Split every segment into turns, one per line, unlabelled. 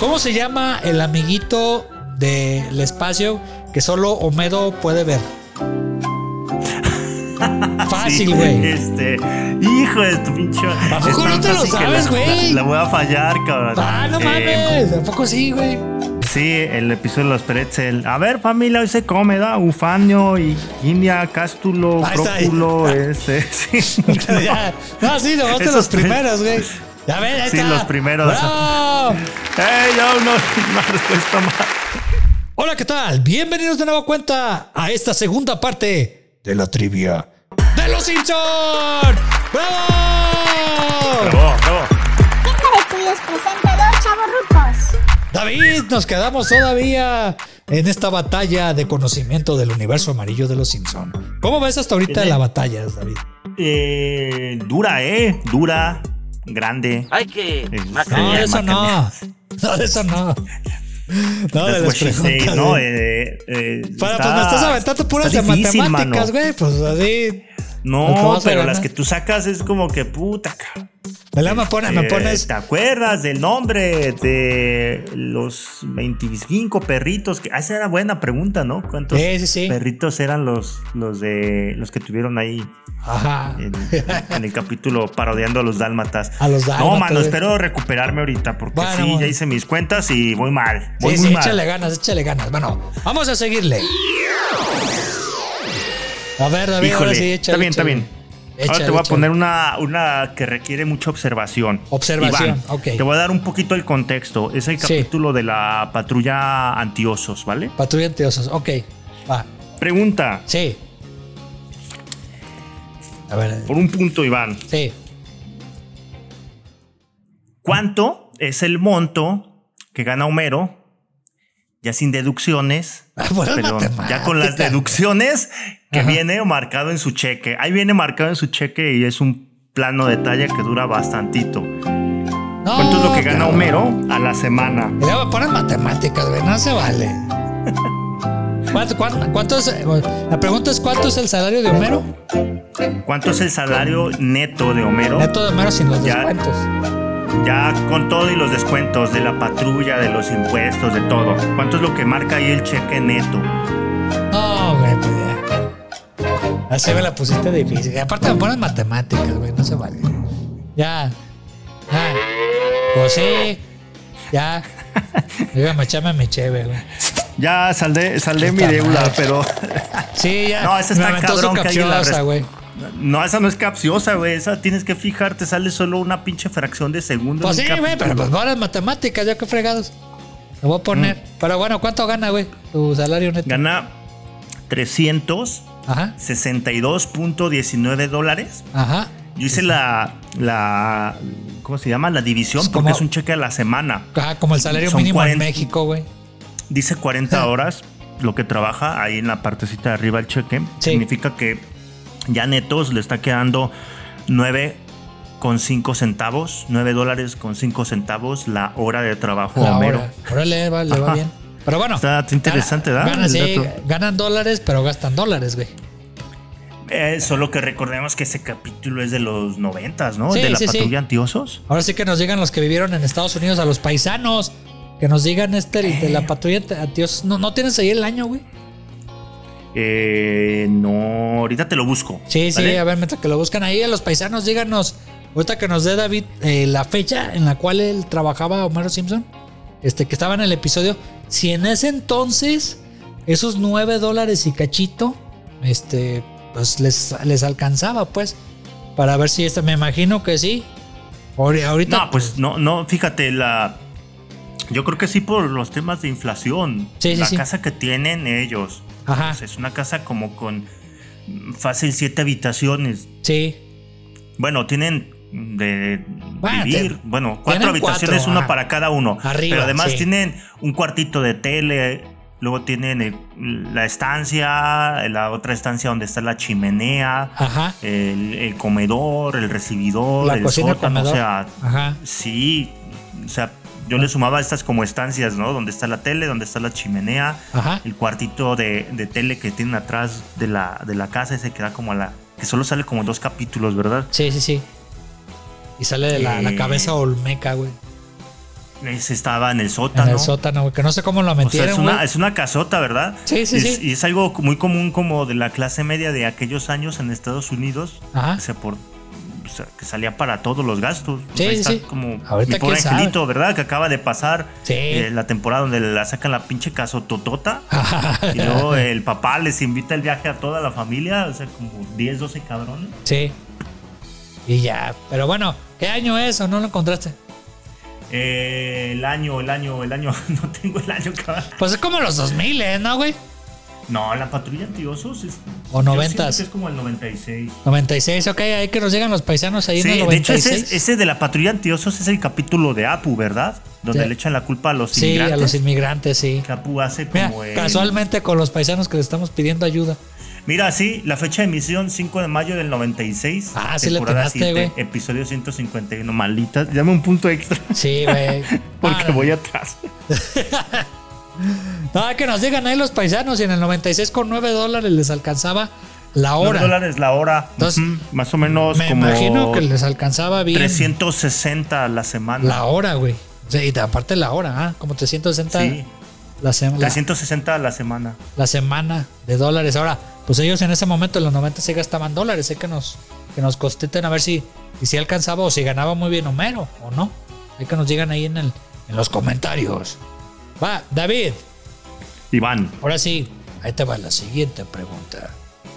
¿Cómo se llama el amiguito del espacio que solo Homero puede ver? Fácil,
Sí,
güey.
este, hijo de tu pinche.
¿A poco
es tan
no te lo
fácil que
sabes,
la-
güey?
La, la voy a fallar, cabrón.
ah, no
Eh,
mames. ¿A poco sí, güey?
Sí, el episodio de los pretzel. A ver, familia, hoy se come, ¿da? Ufanio, y India, cástulo,
Ahí Ah, está, ahí.
próculo, este. Sí.
Ya. No, sí, nomás de
Esos
los
tres.
primeros, güey. Ya ven, ahí
Sí,
está.
los primeros.
¡Bravo!
¡Ey, ya uno! Una respuesta más.
Hola, ¿qué tal? Bienvenidos de nueva cuenta a esta segunda parte de la trivia de los Simpson. ¡Bravo!
Bravo, bravo.
Cámara Estudios presenta dos chavorrucos.
David, nos quedamos todavía en esta batalla de conocimiento del universo amarillo de los Simpson. ¿Cómo ves hasta ahorita
Bien.
la batalla, David?
Eh, dura, ¿eh? Dura, grande.
Hay que
Sí.
No,
macanear.
de eso no.
macaneas.
No, de eso no. No, de
That's
las
what she say,
preguntas.
pues ¿no?
de-
Eh, eh,
Para,
está-
pues me estás aventando puras
está
de
difícil,
matemáticas,
mano.
güey. Pues así. Pues, ¿cómo
No,
vas a
pero
ganar?
las que tú sacas es como que puta, cabrón.
Me, la- me pones, Ah, me
Eh,
pones.
¿Te acuerdas del nombre de los 25 perritos? Que, ah, esa era buena pregunta, ¿no? ¿Cuántos
Sí, sí, sí.
perritos eran los, los de los que tuvieron ahí
Ajá.
en, en el capítulo parodiando a los dálmatas?
A los
No,
dálmatas,
mano,
güey.
espero recuperarme ahorita porque
Bueno,
sí,
bueno.
ya hice mis cuentas y voy mal. Voy
Sí,
muy
sí,
mal.
échale ganas, échale ganas. Bueno, vamos a seguirle. A ver, David,
Híjole,
ahora sí, échale.
está bien, está
échale.
bien. Ahora
Échale,
te voy a
échale.
poner una, una que requiere mucha observación.
Observación,
Iván,
ok.
Te voy a dar un poquito el contexto. Es el
Sí.
capítulo de la patrulla antiosos, ¿vale?
Patrulla antiosos, ok. Va,
Pregunta,
sí. A ver,
por un punto, Iván.
sí.
¿Cuánto es el monto que gana Homero? Ya sin deducciones.
Ah, bueno,
Perdón, ya con las
matemática.
deducciones que
Ajá.
viene marcado en su cheque. Ahí viene marcado en su cheque y es un plano detalle que dura bastantito.
No,
¿Cuánto es lo que gana
cabrón.
Homero a la semana?
Le voy a poner matemáticas, güey, no se vale. ¿Cuánto, cuánto, cuánto es, la pregunta es: ¿cuánto es el salario de Homero?
¿Cuánto es el salario neto de Homero?
Neto de Homero sin los
Ya.
descuentos.
Ya con todo y los descuentos de la patrulla, de los impuestos, de todo. ¿Cuánto es lo que marca ahí el cheque neto?
No, güey, pues ya. Así me la pusiste difícil. Y aparte me pones matemáticas, güey, no se vale. Ya. Ya. Pues sí. Ya. Dígame, echame mi cheve, güey.
Ya saldé, saldé mi
Puta madre.
deuda, pero.
Sí, ya.
No, ese
Me
está
aventó su
cabrón que alguien la
capciosa,
res-
güey.
No, esa no es capciosa, güey. Esa tienes que fijarte, sale solo una pinche fracción de segundo.
Pues
en
sí,
un
güey, pero
capítulo.
pues las matemáticas, ya que fregados. Lo voy a poner. Pero bueno, ¿cuánto gana, güey? Tu salario neto.
Mm. Gana
Ajá.
362.19 dólares.
Ajá.
Yo hice la. la ¿Cómo se llama? La división,
Es
porque
como-
es un cheque a la semana.
Ajá, Ah, como el salario
Son
mínimo en
40.
México, güey.
Dice 40 horas lo que trabaja ahí en la partecita de arriba el cheque.
Sí.
Significa que ya netos le está quedando 9 con 5 centavos, 9 dólares con 5 centavos la hora de trabajo a
La
Homero.
hora. Órale, va, le va
Ajá.
bien. Pero bueno.
Está interesante,
gana-
¿verdad?
Ganan,
El
sí,
dato.
ganan dólares, pero gastan dólares, güey.
Eh, solo que recordemos que ese capítulo es de los 90, ¿no?
Sí,
de la
sí, sí.
patrulla antiosos.
Ahora sí que nos digan los que vivieron en Estados Unidos a los paisanos. Que nos digan este el de la patrulla te- a Dios. No, no tienes ahí el año, güey.
Eh, no, ahorita te lo busco.
Sí, sí,
¿vale?
a ver, mientras que lo buscan ahí, a los paisanos, díganos. Ahorita que nos dé David eh, la fecha en la cual él trabajaba Homero Simpson. Este, que estaba en el episodio. Si en ese entonces, esos 9 dólares y cachito, este, pues les, les alcanzaba, pues. Para ver si esta, me imagino que sí. Ahori- Ahorita.
No, pues no, no, fíjate, la. Yo creo que sí por los temas de inflación.
Sí, sí, Ah.
la
sí.
casa que tienen ellos.
Ajá.
Pues, es una casa como con mm, fácil siete habitaciones.
Sí.
Bueno, tienen de
Bueno,
vivir,
te-
bueno,
tienen
cuatro
cuatro,
habitaciones, una
ajá.
para cada uno.
Arriba,
pero además
sí.
tienen un cuartito de tele, luego tienen eh, la estancia, la otra estancia donde está la chimenea,
Ajá.
el, el comedor, el recibidor,
Ah. La
el
cocina, el
sótano, o
comedor.
sea,
Ajá.
Sí, o sea, yo le sumaba estas como estancias, ¿no? Donde está la tele, donde está la chimenea,
Ajá.
el cuartito de, de tele que tienen atrás de la, de la casa, ese que da como a la. que solo sale como en dos capítulos, ¿verdad?
Sí, sí, sí. Y sale de la, la
Eh.
cabeza olmeca, güey.
Ese estaba en el
En
sótano.
el sótano, güey. Que no sé cómo lo
O sea,
metieron,
es
güey.
una, es una casota, ¿verdad?
Sí, sí,
Es-
sí.
Y es algo muy común como de la clase media de aquellos años en Estados Unidos.
Ajá.
que se por- o sea, que salía para todos los gastos. O
Sí,
sea, ahí
sí,
está
sí.
como
Ahorita
mi pobre
quién sabe.
angelito, ¿verdad? Que acaba de pasar
Sí.
eh, la temporada donde la sacan la pinche casototota.
Ajá.
Y luego el papá les invita el viaje a toda la familia, o sea, como 10, 12 cabrones.
Sí. Y ya. Pero bueno, ¿qué año es o no lo encontraste?
Eh, el año, el año, el año, no tengo el año, cabrón.
Pues es como los 2000, ¿eh? ¿no, güey?
No, la patrulla antiosos es.
O
yo siento
90s.
que Es como el 96.
96, ok, ahí que nos llegan los paisanos ahí
Sí,
en el
de hecho,
96.
ese, ese de la patrulla antiosos es el capítulo de Apu, ¿verdad? Donde
Sí.
le echan la culpa a los
sí,
inmigrantes.
a los inmigrantes, sí.
Que Apu hace
Mira,
como. el-
casualmente con los paisanos que le estamos pidiendo ayuda.
Mira, sí, la fecha de emisión 5 de mayo del 96.
Ah, sí le
temporada
atinaste,
siete,
güey.
Episodio 151. Malita, dame un punto extra
Sí, güey.
porque
Ah,
voy atrás.
no, que nos digan ahí los paisanos y en el 96 con 9 dólares les alcanzaba la
Dos
hora.
dólares la hora.
Entonces,
Ujú, Más o menos
Me
como
imagino que les alcanzaba bien
360 a la semana.
la hora, güey. Sí, y aparte la hora, ah, como 360
Sí,
la, sema- la-
360 a la semana.
la semana de dólares. Ahora, pues ellos en ese momento, en los 90 se gastaban dólares. Sé que nos, que nos contesten a ver si, y si alcanzaba o si ganaba muy bien Homero o no. Hay que nos digan ahí en, el, en los comentarios. Va, David,
Iván,
ahora sí, ahí te va la siguiente pregunta.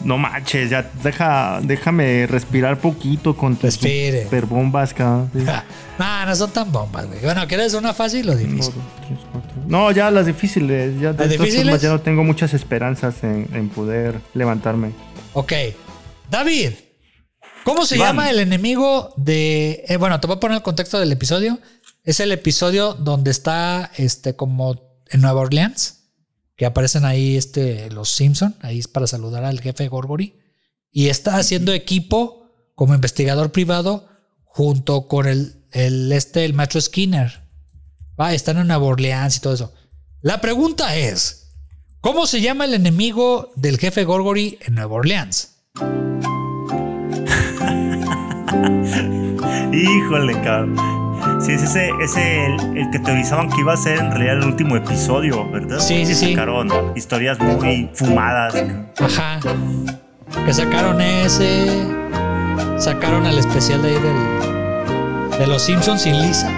no manches, ya deja, déjame respirar poquito con tus
Respire.
superbombas, cabrón. Sí.
Ja, no, no son tan bombas, güey. Bueno, ¿quieres una fácil o
Uno,
difícil?
dos, tres, cuatro. No, ya las difíciles. Ya,
¿Las
de todas formas,
difíciles?
ya no tengo muchas esperanzas en, en poder levantarme.
Ok. David, ¿cómo se
Iván.
llama el enemigo de... eh, bueno, te voy a poner el contexto del episodio. Es el episodio donde está este como en Nueva Orleans, que aparecen ahí este, los Simpson, ahí es para saludar al jefe Gorgory, y está haciendo equipo como investigador privado junto con el, el, este, el macho Skinner. Va, están en Nueva Orleans y todo eso. La pregunta es, ¿cómo se llama el enemigo del jefe Gorgory en Nueva Orleans?
Híjole, cabrón. Sí, es ese, ese el, el que teorizaban que iba a ser en realidad el último episodio, ¿verdad?
Sí, sí, sí.
Sacaron historias muy fumadas. cabrón.
Ajá. Que sacaron ese. Sacaron al especial de ahí del. De los Simpsons sin Lisa.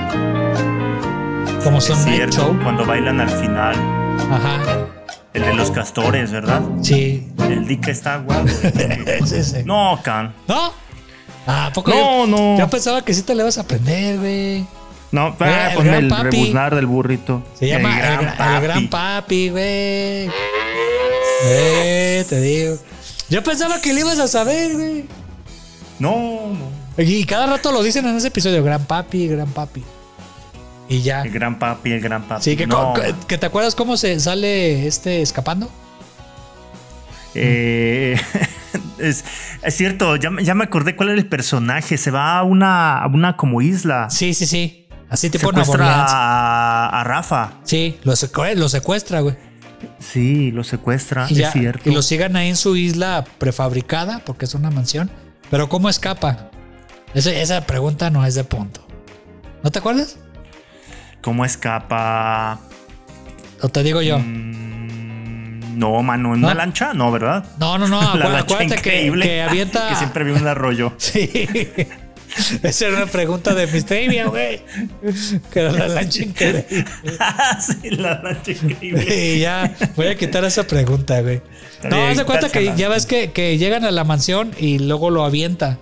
Como son
Es
Night
cierto,
Show.
cuando bailan al final.
Ajá.
El de los castores, ¿verdad?
Sí.
El Dick está guapo.
Es ese. ¿No?
No, can.
Ah, ¿a poco
No,
yo,
no.
Yo pensaba que sí te le vas a aprender, güey.
No,
Ah, el
con
gran
el
papi.
rebuznar del burrito.
Se llama El Gran, el gran Papi, güey. Eh, te digo. Yo pensaba que le ibas a saber, güey.
No, no.
Y cada rato lo dicen en ese episodio, Gran Papi, Gran Papi. Y ya.
El gran papi, el gran papi.
Sí, que,
no.
co- co- que te acuerdas cómo se sale este escapando.
Eh, es, es cierto, ya, me- ya me acordé cuál era el personaje. Se va a una, a una como isla.
Sí, sí, sí. Así tipo Nueva
secuestra
Orleans.
a, a Rafa.
Sí, lo, secue- lo secuestra, güey.
Ah, Sí, lo secuestra,
Y, ya-
es cierto.
y lo sigan ahí en su isla prefabricada, porque es una mansión. Pero ¿cómo escapa? Ese- esa pregunta no es de punto. ¿No te acuerdas?
¿Cómo escapa?
¿O te digo yo?
Mm, no, mano, en
¿No?
una lancha, no, ¿verdad?
No, Ah. no, no.
La
acuérdate,
lancha
acuérdate que,
increíble
que avienta...
que siempre vi un arroyo.
Sí. Esa era una pregunta de mis trivia, güey. Que era la lancha increíble.
sí, la lancha increíble.
Y ya, voy a quitar esa pregunta, güey.
Está
No,
bien,
haz de cuenta que
tálzala.
ya ves que, que llegan a la mansión y luego lo avienta.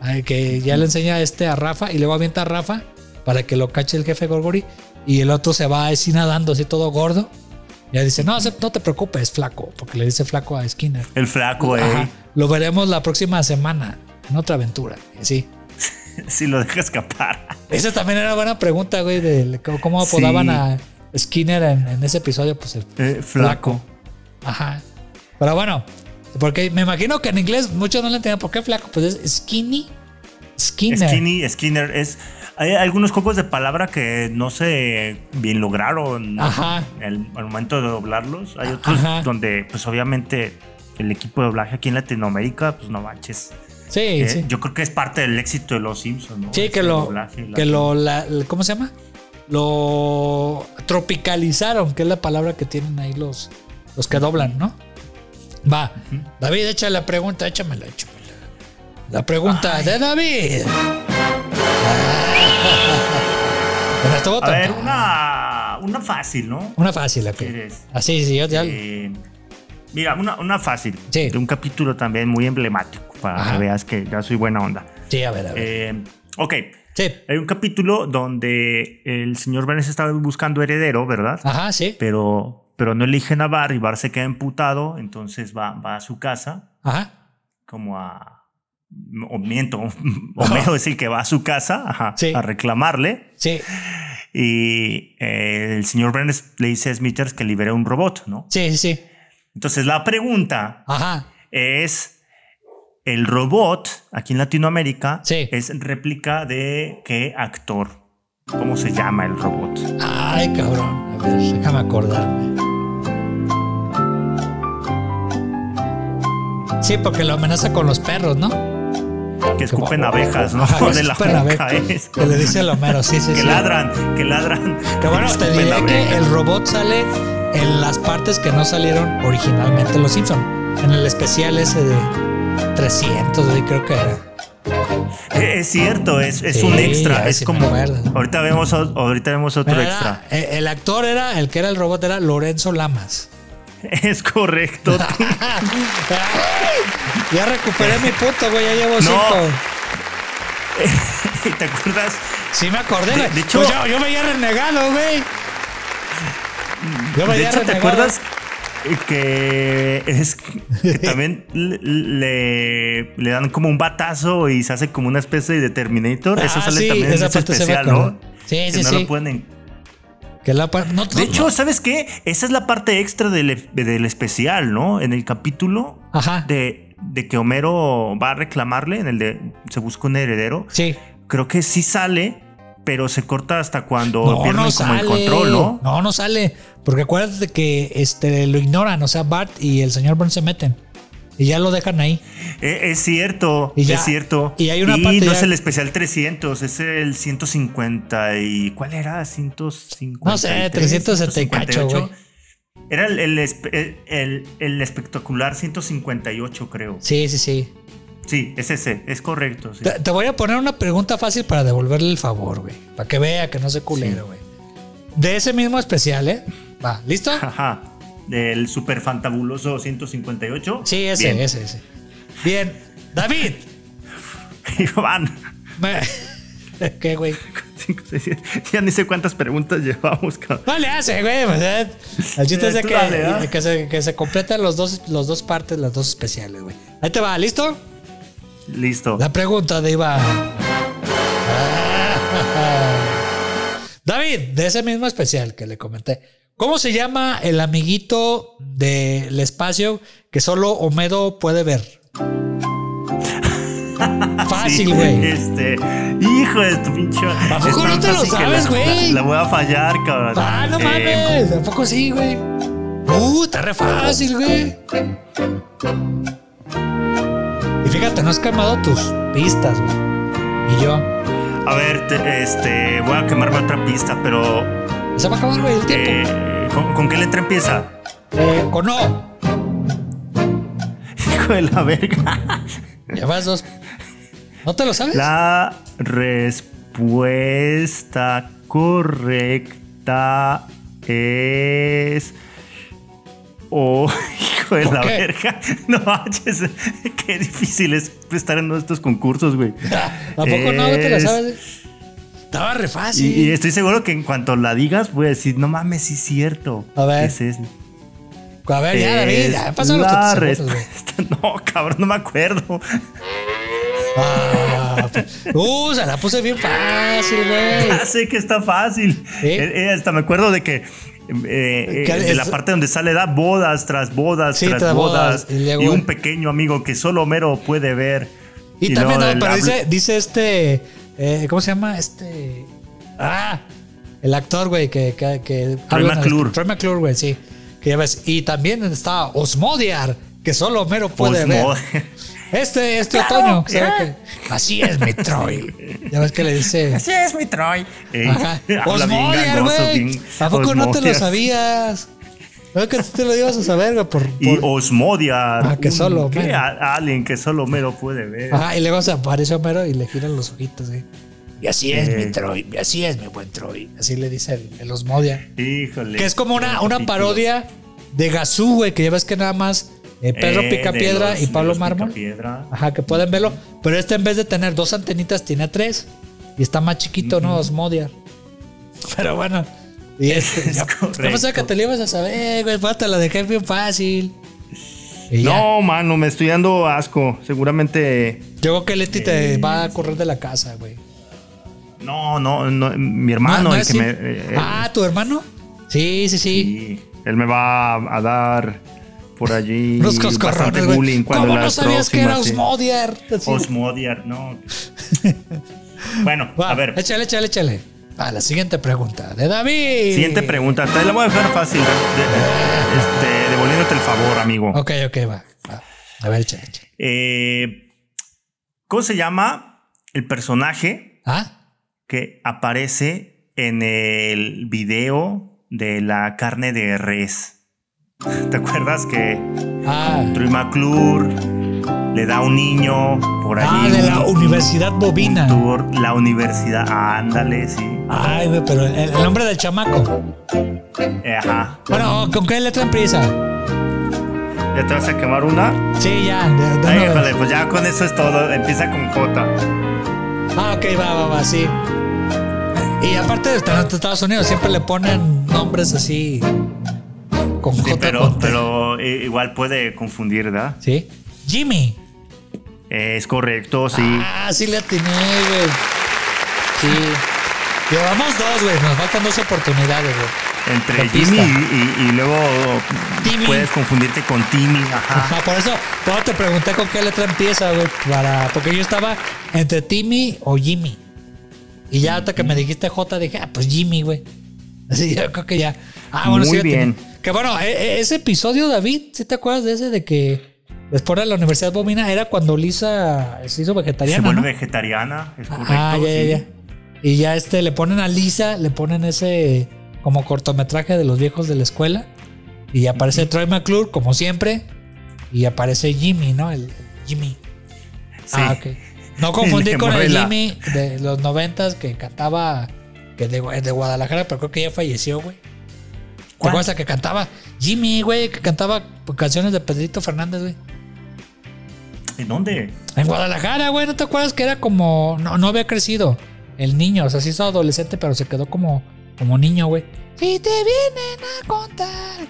Ay, Que ya le enseña este a Rafa y luego avienta a Rafa para que lo cache el jefe Gorgori. Y el otro se va así nadando, así todo gordo. Ya dice, no, se- no te preocupes, flaco, porque le dice flaco a Skinner.
El flaco,
Ajá,
eh.
lo veremos la próxima semana en otra aventura. Y Sí.
Si lo deja escapar.
Esa también era buena pregunta, güey, de cómo- cómo apodaban
Sí.
a Skinner en, en ese episodio, pues el
Eh, flaco.
Ajá. Pero bueno, porque me imagino que en inglés muchos no le entienden por qué flaco, pues es skinny. Skinner.
Skinny, Skinner es. Hay algunos juegos de palabra que no se bien lograron
Ajá.
el- al momento de doblarlos. Hay otros
Ajá.
donde, pues obviamente, el equipo de doblaje aquí en Latinoamérica, pues no manches.
Sí,
Eh,
sí.
Yo creo que es parte del éxito de los Simpsons, ¿no?
Sí, que
Este
lo.
doblaje
Que lo la- la- ¿Cómo se llama? lo tropicalizaron, que es la palabra que tienen ahí los, los que doblan, ¿no? Va, David, echa la pregunta, échamela, échamela. La pregunta de David. Bueno, estuvo
A ver,
tonta.
una, una fácil, ¿no?
Una fácil, ok.
¿Quieres?
Así, sí, yo ya.
Eh, mira, una, una fácil.
Sí.
De un capítulo también muy emblemático, para
Ajá.
que veas que ya soy buena onda.
Sí, a ver, a ver.
Eh, ok,
sí.
hay un capítulo donde el señor Burns está buscando heredero, ¿verdad?
Ajá, sí.
Pero, pero no eligen a Bar y Bar se queda emputado, entonces va, va a su casa,
Ajá.
como a... O miento, Homero es el que va a su casa ajá,
Sí.
a reclamarle.
Sí.
Y eh, el señor Burns le dice a Smithers que libere un robot, ¿no?
Sí, sí, sí.
Entonces la pregunta
Ajá.
es, ¿el robot aquí en Latinoamérica
Sí.
es réplica de qué actor? ¿Cómo se llama el robot?
Ay, cabrón. A ver, déjame acordarme. Sí, porque lo amenaza con los perros, ¿no?
Que escupen abejas, ¿no?
Ajá,
de la
espera, a ver,
boca es.
Que le dice el Homero, sí, sí,
¿eh? Que
sí.
ladran, que ladran.
Que bueno, te
escupen
diré que
abejas.
el robot sale en las partes que no salieron originalmente en Los Simpson. En el especial ese de 300, de ahí creo que era.
Eh, Es cierto, es, es
Sí,
un
ay,
extra. Es
sí me
como.
acuerdo.
Ahorita vemos, o- ahorita vemos otro
Pero era-
extra.
eh, el actor era, el que era el robot era Lorenzo Lamas.
Es correcto.
ya recuperé mi punto, güey, ya llevo cinco.
¿Te acuerdas?
Sí me acordé,
De-
güey.
de hecho-
Pues yo, yo me había renegado, güey. Yo me
De
había
hecho, ¿te
renegado.
acuerdas que es que también le- le, le dan como un batazo y se hace como una especie de Terminator? Eso
Ah,
sale
sí,
también en
esa
ese
parte se me
especial,
acuerdo.
¿no?
Sí,
Que
sí,
no
sí.
Lo pueden en-
Que la pa- no,
De
no-
hecho, ¿sabes qué? Esa es la parte extra del, del especial, ¿no? En el capítulo
Ajá.
de, de que Homero va a reclamarle, en el de se busca un heredero.
sí.
Creo que sí sale, pero se corta hasta cuando
No,
pierden
no
como
sale.
el control, ¿no?
no, no sale. Porque acuérdate que este, lo ignoran. O sea, Bart y el señor Burns se meten. Y ya lo dejan ahí.
Eh, Es cierto,
Y ya-
es cierto.
y hay una parte
no
ya-
es el especial 300, es el 150 y... ¿Cuál era? 150.
No sé, 370 y cacho, güey.
Era el, el espe- el- el- el espectacular 158, creo.
Sí, sí, sí.
Sí, es ese, es correcto. sí.
Te, te voy a poner una pregunta fácil para devolverle el favor, güey. Para que vea que no se culero, güey. De ese mismo especial, ¿eh? Va, ¿listo?
Ajá. Del super fantabuloso 158.
Sí, ese,
Bien.
ese, ese. Bien. David.
Iván,
me- ¿Qué, güey?
cinco, seis, siete. ya ni sé cuántas preguntas llevamos, cabrón.
No le hace, güey. o sea, el chiste
Eh,
es de
tú
que,
dale, ¿ah?
que se, que se completan los dos, los dos partes, las dos especiales, güey. Ahí te va, ¿listo?
Listo.
La pregunta de Iván. David, de ese mismo especial que le comenté. ¿Cómo se llama el amiguito del espacio que solo Homero puede ver?
Sí,
Fácil, güey.
Este, hijo de tu pinche.
¿A poco
es
no
tan
te lo
fácil que
sabes,
la-
güey?
La, la voy a fallar, cabrón.
Ah, no
Eh,
mames. ¿A poco sí, güey? Uh, está re fácil, güey. Y fíjate, no has quemado tus pistas, güey. Y yo.
A ver, te- este, voy a quemarme otra pista, pero.
Se va a acabar, güey, el tiempo.
eh, ¿con, con qué letra empieza?
Eh, con O.
Hijo de la verga.
Llevas dos. ¿No te lo sabes?
La respuesta correcta es. Oh, hijo de
¿Por
la
qué?
verga. No manches. Qué difícil es estar en nuestros concursos, güey.
¿A poco no te lo
Es-
sabes? Estaba re
Y,
fácil.
y estoy seguro que en cuanto la digas, voy a decir, no mames, sí es cierto.
A ver.
Ese es-
A ver, ya, David, ya
es
pasaron los
la
30 segundos, güey.
respuesta. No, cabrón, no me acuerdo.
Ah, pues. Uh, se la puse bien fácil, güey.
Ya sé que está fácil.
Sí.
Eh, eh, hasta me acuerdo de que. eh, eh,
Que
de la
es-
parte donde sale da bodas tras bodas
Sí,
tras,
tras bodas,
bodas,
y luego-
y un pequeño amigo que solo Homero puede ver
Y, también,
luego
no,
el
pero
habla-
dice, dice este. eh, ¿Cómo se llama? Este. Ah, el actor, güey, que. que, que
Troy
habla-
McClure.
Troy McClure, güey, sí. Que ya ves. Y también está Osmodiar, que solo Homero puede
Osmo-
ver. Este, este
Claro, Ah.
otoño.
¿sí?
¿será que- Así es, mi Troy. Ya ves que le dice.
Así es, mi Troy. Ey,
Ajá.
habla bien
Osmodiar,
gangoso,
güey.
bien
¿A poco no te lo
Osmodiar.
sabías? No que tú te lo ibas a saber, güey. Por,
Y
por-
Osmodiar.
Ah, que
un-
solo,
¿qué?
mero.
A- Alguien que solo mero puede ver.
Ajá, y luego se aparece Homero y le giran los ojitos, ¿eh? ¿sí? Y así es,
Sí.
mi Troy. Y así es, mi buen Troy. Así le dice el, el Osmodia.
Híjole.
Que es como una,
Buen
una
capítulo.
parodia de Gazú, güey, que ya ves que nada más eh, Pedro
Eh, de
Picapiedra
los-
y
de
Pablo
los
Mármol. Ah,
Picapiedra.
Ajá, que pueden verlo. Pero este en vez de tener dos antenitas, tiene tres. Y está más chiquito, ¿no? Osmodia. Pero bueno. Y este.
Es
yo- yo pensaba que
correcto.
te lo ibas a saber, güey. pues, te la dejé bien fácil. Y ya.
No, mano, me estoy dando asco. Seguramente.
Yo creo que Leti te va a correr de la casa, güey.
No, no, no, mi hermano,
No, no
el
es
que
sim-
me. eh,
ah, ¿tu hermano? Sí, sí, sí.
Sí, él me va a, a dar por allí
Unos
bastante
coscorrones, güey.
bullying cuando
¿Cómo
la
no sabías que
próxima,
era
sí.
Osmodiar? Así.
Osmodiar, no. bueno,
Va,
a ver.
Échale, échale, échale. A la siguiente pregunta de David.
Siguiente pregunta. Te la voy a dejar fácil. de- de- este, devolviéndote el favor, amigo.
Ok, ok, va. va. A ver, échale, échale.
Eh, ¿Cómo se llama el personaje
¿Ah?
que aparece en el video de la carne de res? ¿Te acuerdas que
Ah.
Troy McClure le da a un niño por allí?
Ah, de la
un-
Universidad Bovina.
tour, la universidad, ándale, sí.
Ay, güey, pero el, el nombre del chamaco.
Eh, Ajá.
Bueno, ¿con qué letra empieza?
¿Ya te vas a quemar una?
Sí, ya. de- de
Ay,
una vez.
híjole, pues ya con eso es todo. Empieza con J. pues.
Ah, ok, va, va, va, sí. Y aparte de estar en Estados Unidos, siempre le ponen nombres así. Con
Sí,
J.
pero,
con T.
pero eh, igual puede confundir, ¿verdad?
Sí. Jimmy.
Eh, es correcto, sí.
Ah, sí le atiné, güey. Sí. Llevamos dos, güey. Nos faltan dos oportunidades, güey.
Entre
Campista.
Jimmy y, y- y luego
Timmy.
puedes confundirte con Timmy. Ajá.
Ajá, por eso, por eso te pregunté con qué letra empieza, güey. Para, porque yo estaba entre Timmy o Jimmy. Y ya hasta que me dijiste J, dije, ah, pues Jimmy, güey. Así yo creo que ya. Ah, bueno,
Muy
sí, ya
bien.
tiene. Que bueno, e- e- ese episodio, David, ¿sí te acuerdas de ese de que después de la Universidad Bovina era cuando Lisa se hizo
Se
vegetariana?
vuelve
¿no?
vegetariana, es correcto.
Ah, ya, ya,
sí.
ya. Y ya este, le ponen a Lisa, le ponen ese como cortometraje de los viejos de la escuela. Y aparece Troy McClure, como siempre. Y aparece Jimmy, ¿no? El, el Jimmy.
Sí.
Ah, ok. No confundir
Le
con
mueve
el
la-
Jimmy de los noventas que cantaba que de, de Guadalajara, pero creo que ya falleció, güey. ¿Te
¿Cuál?
acuerdas a que cantaba? Jimmy, güey, que cantaba canciones de Pedrito Fernández, güey.
¿En dónde?
En Guadalajara, güey, ¿no te acuerdas que era como. No, no había crecido el niño, o sea, se hizo adolescente, pero se quedó como, como niño, güey. Si te vienen a contar.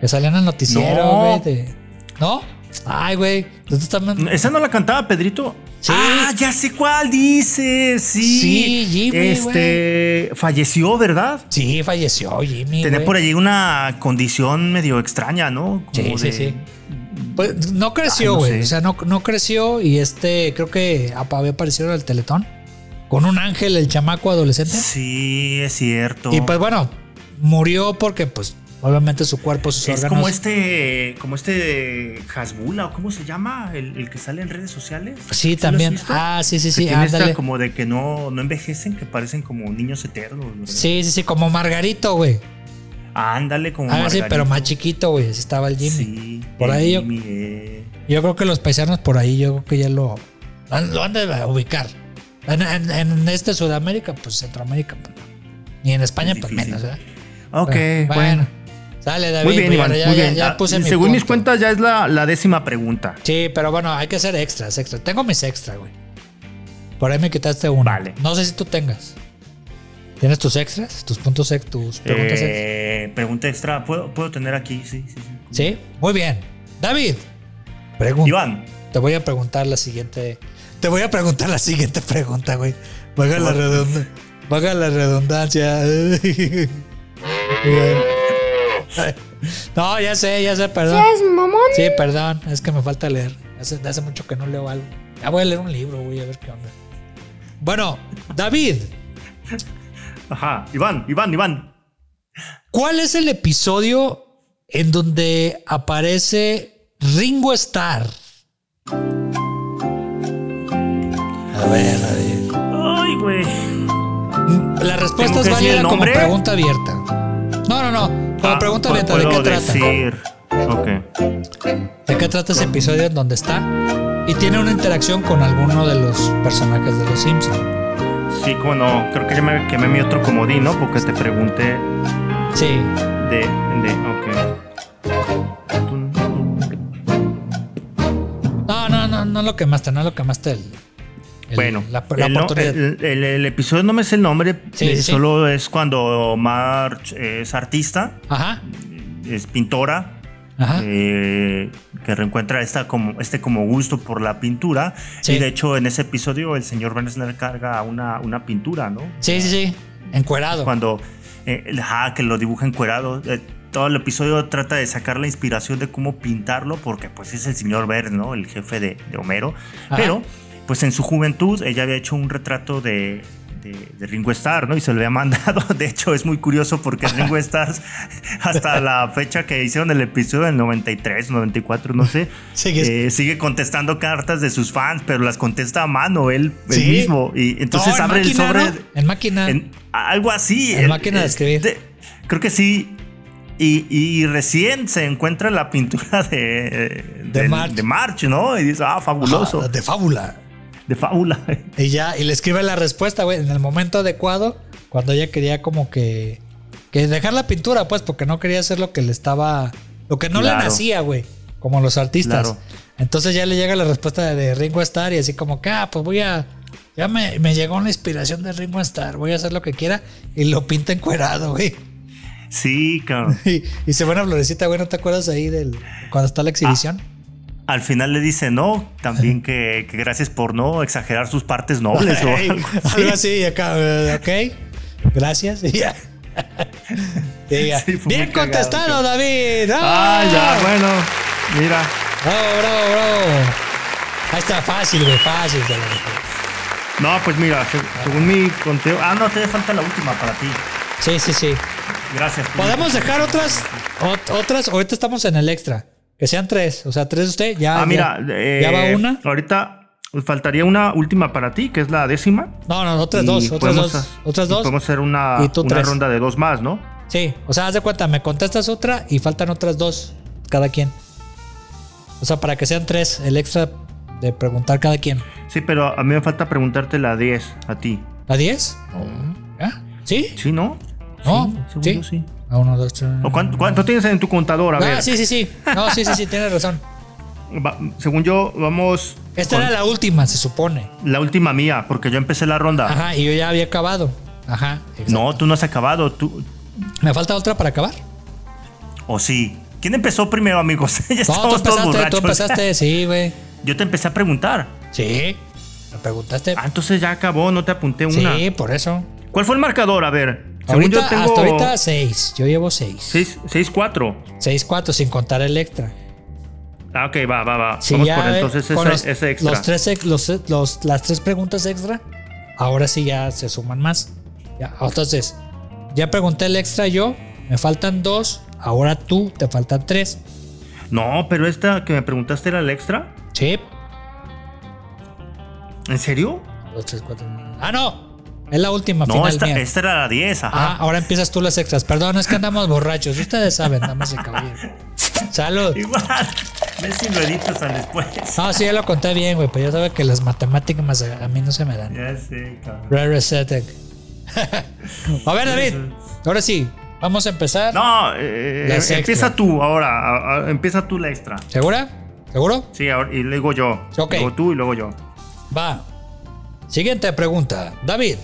Que salían al noticiero,
No.
güey. de- ¿No? Ay, güey. Entonces también.
¿Esa no la cantaba Pedrito?
Sí.
Ah, ya sé cuál dice. Sí.
Sí, Jimmy,
Este falleció, ¿verdad?
Sí, falleció Jimmy.
Tenía
güey.
por allí una condición medio extraña, ¿no?
Sí,
Como
sí,
de-
sí. Pues, no creció,
Ay, no
güey.
sé.
O sea, no, no creció y este, creo que apa- había aparecido en el Teletón. Con un ángel, el chamaco adolescente.
Sí, es cierto.
Y pues bueno, murió porque, pues, obviamente su cuerpo, sus
es
órganos.
como este, como este Hasbula, o cómo se llama, el, el que sale en redes sociales.
Sí,
lo has
también.
visto?
Ah, sí, sí,
Que
sí.
tiene esta
Ándale.
como de que no, no envejecen, que parecen como niños eternos. ¿verdad?
Sí, sí, sí, como Margarito, güey.
Ándale, como.
Ah, sí,
Margarito.
pero más chiquito, güey. Así estaba el Jimmy.
Sí,
Por
el
ahí yo-
Jimmy, eh.
Yo creo que los paisanos por ahí, yo creo que ya lo, lo han de ubicar. En, en- en este Sudamérica, pues Centroamérica, pues no. Y en España,
Es
pues
difícil.
menos, ¿verdad? Ah,
Ok, bueno.
Sale, David.
Muy bien,
pues,
Iván.
ya,
muy
ya-
bien.
ya
Ah,
puse mi
Según mis
punto.
cuentas, ya es la, la décima pregunta.
Sí, pero bueno, hay que hacer extras, extras. Tengo mis extras, güey. Por ahí me quitaste uno.
Vale.
No sé si tú tengas. ¿Tienes tus extras? ¿Tus puntos extras? ¿Tus preguntas extras?
Eh, pregunta extra. ¿Puedo, puedo tener aquí? Sí, sí, sí.
Sí, muy bien. David, pregunta.
Iván,
Te voy a preguntar la siguiente. Te voy a preguntar la siguiente pregunta, güey. Vaga la redonda. Vaga la redundancia. no, ya sé, ya sé, perdón.
¿Seas mamón?
Sí, perdón, es que me falta leer. Hace, hace mucho que no leo algo. Ya voy a leer un libro, güey, a ver qué onda. Bueno, David,
ajá, Iván, Iván, Iván.
¿cuál es el episodio en donde aparece Ringo Starr?
güey.
La respuesta
¿Tengo
es
que decir
válida
el
como
nombre?
pregunta abierta. No, no, no. Como
Ah,
pregunta
pu-
abierta, ¿de qué
puedo
trata?
decir. Ok.
¿De qué trata ese episodio en donde está? Y tiene una interacción con alguno de los personajes de los Simpsons.
Sí, como no. Creo que ya me quemé mi otro comodín, ¿no? Porque te pregunté
Sí.
de. de ok.
No, no, no, no lo quemaste, no lo quemaste. El, el-
bueno,
la, la
el, no-
oportunidad.
el- el- el episodio no me es el nombre,
Sí,
eh,
sí.
solo es cuando March es artista,
Ajá,
es pintora,
ajá.
eh, que reencuentra esta como, este como gusto por la pintura.
Sí.
Y de hecho, en ese episodio, el señor Burns le carga una, una pintura, ¿no?
Sí, sí, sí. Encuerado.
Cuando eh, el- ajá, que lo dibuja encuerado. eh, todo el episodio trata de sacar la inspiración de cómo pintarlo, porque pues es el señor Burns, ¿no? El jefe de, de Homero.
Ajá.
Pero, pues en su juventud, ella había hecho un retrato de. De, de Ringo Starr, ¿no? Y se lo había mandado. De hecho, es muy curioso porque Ringo Starr, hasta la fecha que hicieron el episodio del 93, 94, no sé,
Sigue-
eh, sigue contestando cartas de sus fans, pero las contesta a mano él, él
Sí.
mismo. Y entonces
No, en
abre el
máquina,
sobre.
¿no? En máquina.
En- a- algo así.
En
El-
máquina de escribir.
creo que sí. Y, y recién se encuentra la pintura de,
De
del-
March.
de March, ¿no? Y dice, ah, fabuloso,
Ajá, de fábula.
de fábula.
Y ya, y le escribe la respuesta, güey, en el momento adecuado, cuando ella quería como que, que dejar la pintura, pues, porque no quería hacer lo que le estaba, lo que no le
Claro.
nacía, güey, como los artistas.
Claro.
Entonces ya le llega la respuesta de Ringo Starr y así como que, ah, pues voy a, ya me, me llegó una inspiración de Ringo Starr, voy a hacer lo que quiera y lo pinta encuerado, güey.
Sí, cabrón.
Y, y se va una florecita, güey, ¿no te acuerdas ahí del, cuando está la exhibición?
Al final le dice no, también que, que gracias por no exagerar sus partes nobles o
Ey,
algo así.
algo así, y acá, eh, ok, gracias, y ya. Y ya.
Sí, fue muy
Bien
cagado,
contestado,
cabrón.
David.
Ah, ya, bueno, mira.
Bravo, bravo, bravo. Ahí está fácil, güey, fácil. te lo dije.
No, pues mira, se- según mi conteo. Ah, no, te falta la última para ti.
Sí, sí, sí.
Gracias.
Podemos dejar otras, ot- otras, ahorita estamos en el extra. Que sean tres, o sea, tres de usted, ya.
Ah,
ya-
mira,
ya,
eh,
va una.
Ahorita faltaría una última para ti, que es la décima.
No, no, otras
Y
dos, otras
podemos
dos,
ha-
otras
y
dos.
Podemos hacer una,
Y tú
una
tres.
ronda de dos más, ¿no?
Sí, o sea, haz de cuenta, me contestas otra y faltan otras dos, cada quien. O sea, para que sean tres, el extra de preguntar cada quien.
Sí, pero a mí me falta preguntarte la 10 a ti.
¿A 10? ¿Ah? ¿Sí?
¿Sí, no?
No,
según
sí.
yo sí.
A Ah, uno, dos, tres.
¿O cuánto, cuánto tienes en tu contador? A
Ah,
ver.
sí, sí, sí. No, sí, sí, sí, tienes razón.
Va- según yo, vamos.
Esta
con
era la última, se supone.
la última mía, porque yo empecé la ronda.
Ajá, y yo ya había acabado. Ajá. exacto.
Ah. No, tú no has acabado. Tú,
¿Me falta otra para acabar?
¿O sí? ¿Quién empezó primero, amigos? ya
No, tú
estamos todos
empezaste, tú
borrachos.
empezaste, sí, güey.
Yo te empecé a preguntar.
Sí. Me preguntaste.
Ah, entonces ya acabó, no te apunté una.
Sí, por eso.
¿Cuál fue el marcador? A ver. según
Ahorita,
yo tengo
Hasta ahorita seis. Yo llevo seis.
6-4.
6-4 sin contar el extra.
Ah, ok, va, va, va.
Si
Vamos
ya,
por entonces
eh, con
ese,
los-
ese extra.
Los tres, ex- los, los- las tres preguntas extra, ahora sí ya se suman más. Ya, entonces, ya pregunté el extra yo, me faltan dos, ahora tú te faltan tres.
No, pero esta que me preguntaste era el extra.
Sí,
¿En serio?
dos, tres, cuatro. Ah, no, es la última
No,
final
esta,
mía.
esta era la 10,
Ah,
ajá.
ahora empiezas tú las extras. Perdón, es que andamos borrachos. Ustedes saben, damas y caballeros. Salud.
Igual. Ves si lo editas al después.
No, sí, ya lo conté bien, güey, pero ya sabe que las matemáticas más a a mí no se me dan.
Ya sé, cabrón.
Rare Setec. a ver, David. Ahora sí, vamos a empezar.
No, eh,
Las
eh,
extras.
empieza tú ahora. a- a- empieza tú la extra.
¿Segura? ¿Seguro?
Sí, ahora, y luego yo.
Ok.
Luego tú y luego yo.
Va. Siguiente pregunta. David,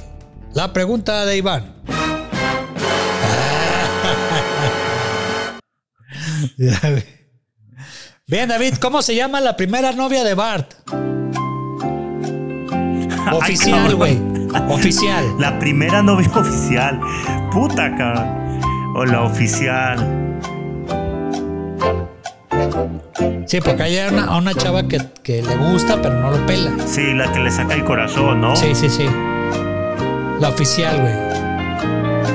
la pregunta de Iván. Bien, David, ¿cómo se llama la primera novia de Bart? Oficial,
cabrón.
güey. Oficial.
La primera novia oficial. Puta, cabrón. O la oficial.
Sí, porque hay a una, a una chava que, que le gusta, pero no lo pela.
Sí, la que le saca el corazón, ¿no?
Sí, sí, sí. La oficial, güey.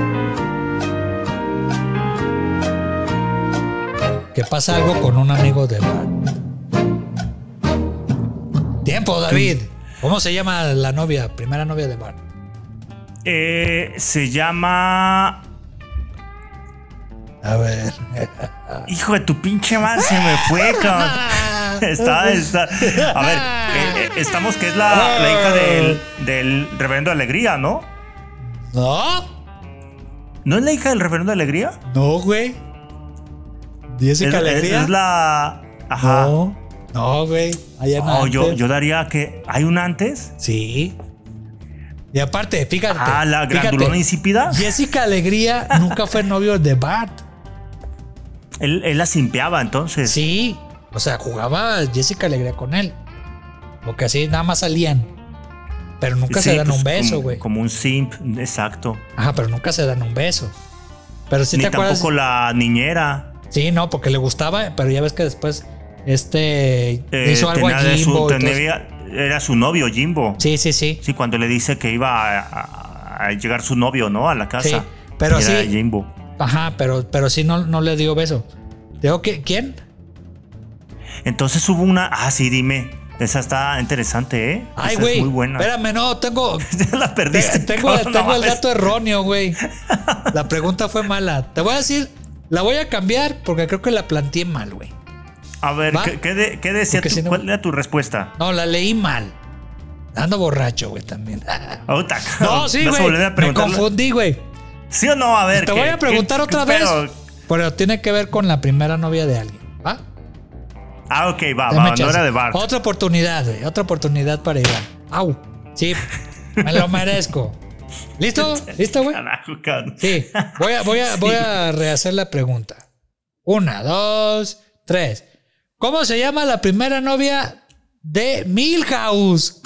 Que pasa algo con un amigo de Bart. Tiempo, David. ¿Cómo se llama la novia, primera novia de Bart?
Eh, se llama.
A ver.
Hijo de tu pinche madre, se me fue, cabrón. Está, está. A ver, eh, eh, estamos que es la, la hija del, del reverendo Alegría, ¿no?
¿No?
¿No es la hija del reverendo Alegría?
No, güey. Jessica
Es-
Alegría.
Es, es la. Ajá. No,
No. No, güey. Allá
yo, yo daría que. ¿Hay una antes?
Sí. Y aparte, fíjate.
Ah, la
fíjate,
grandulona insípida.
Jessica Alegría nunca fue novio de Bart.
Él, él la simpeaba entonces.
Sí. O sea, jugaba Jessica Alegría con él. Porque así nada más salían. Pero nunca se
Sí,
dan
pues,
un beso,
como-
güey.
Como un simp, exacto.
Ajá, pero nunca se dan un beso. Pero sí
Ni
te acuerdas.
tampoco la niñera.
Sí, no, porque le gustaba, pero ya ves que después este
Eh,
hizo algo a
tenía de su-
Jimbo. y todo eso.
tenía- era su novio, Jimbo. Sí.
Sí, sí, sí.
cuando le dice que iba a, a- a llegar su novio, ¿no? A la casa.
Sí, pero
Y era
sí.
Jimbo.
Ajá, pero, pero sí no, no le dio beso. Digo, que ¿Quién?
Entonces hubo una. Ah, sí, dime. Esa está interesante, ¿eh?
Ay,
Esa
güey.
Es muy buena.
Espérame, no, tengo.
Ya la
te-
perdiste.
tengo
cabrón, no
tengo el
mames.
dato erróneo, güey. La pregunta fue mala. Te voy a decir, la voy a cambiar porque creo que la planteé mal, güey.
A ver,
¿Va?
¿qué, qué de- qué decía
Porque
tu-
si no-
¿cuál era tu respuesta?
No, la leí mal. Ando borracho, güey, también.
Ahorita,
No, sí,
vas a
güey.
volver a
Me
preguntarla.
confundí, güey.
¿Sí o no? A
Te
ver. ¿qué-
voy a
qué-
preguntar
qué
otra vez.
pedo?
Pero tiene que ver con la primera novia de alguien. ¿Va?
Ah, ok, va,
Dame
va. No
chance.
era de Bart.
Otra oportunidad, güey. Otra oportunidad para Iván. Au. Sí. Me lo merezco. ¿Listo? ¿Listo, güey?
Carajo, cabrón.
Sí. Voy a, voy a, voy a rehacer la pregunta. Una, dos, tres. ¿Cómo se llama la primera novia de Milhouse?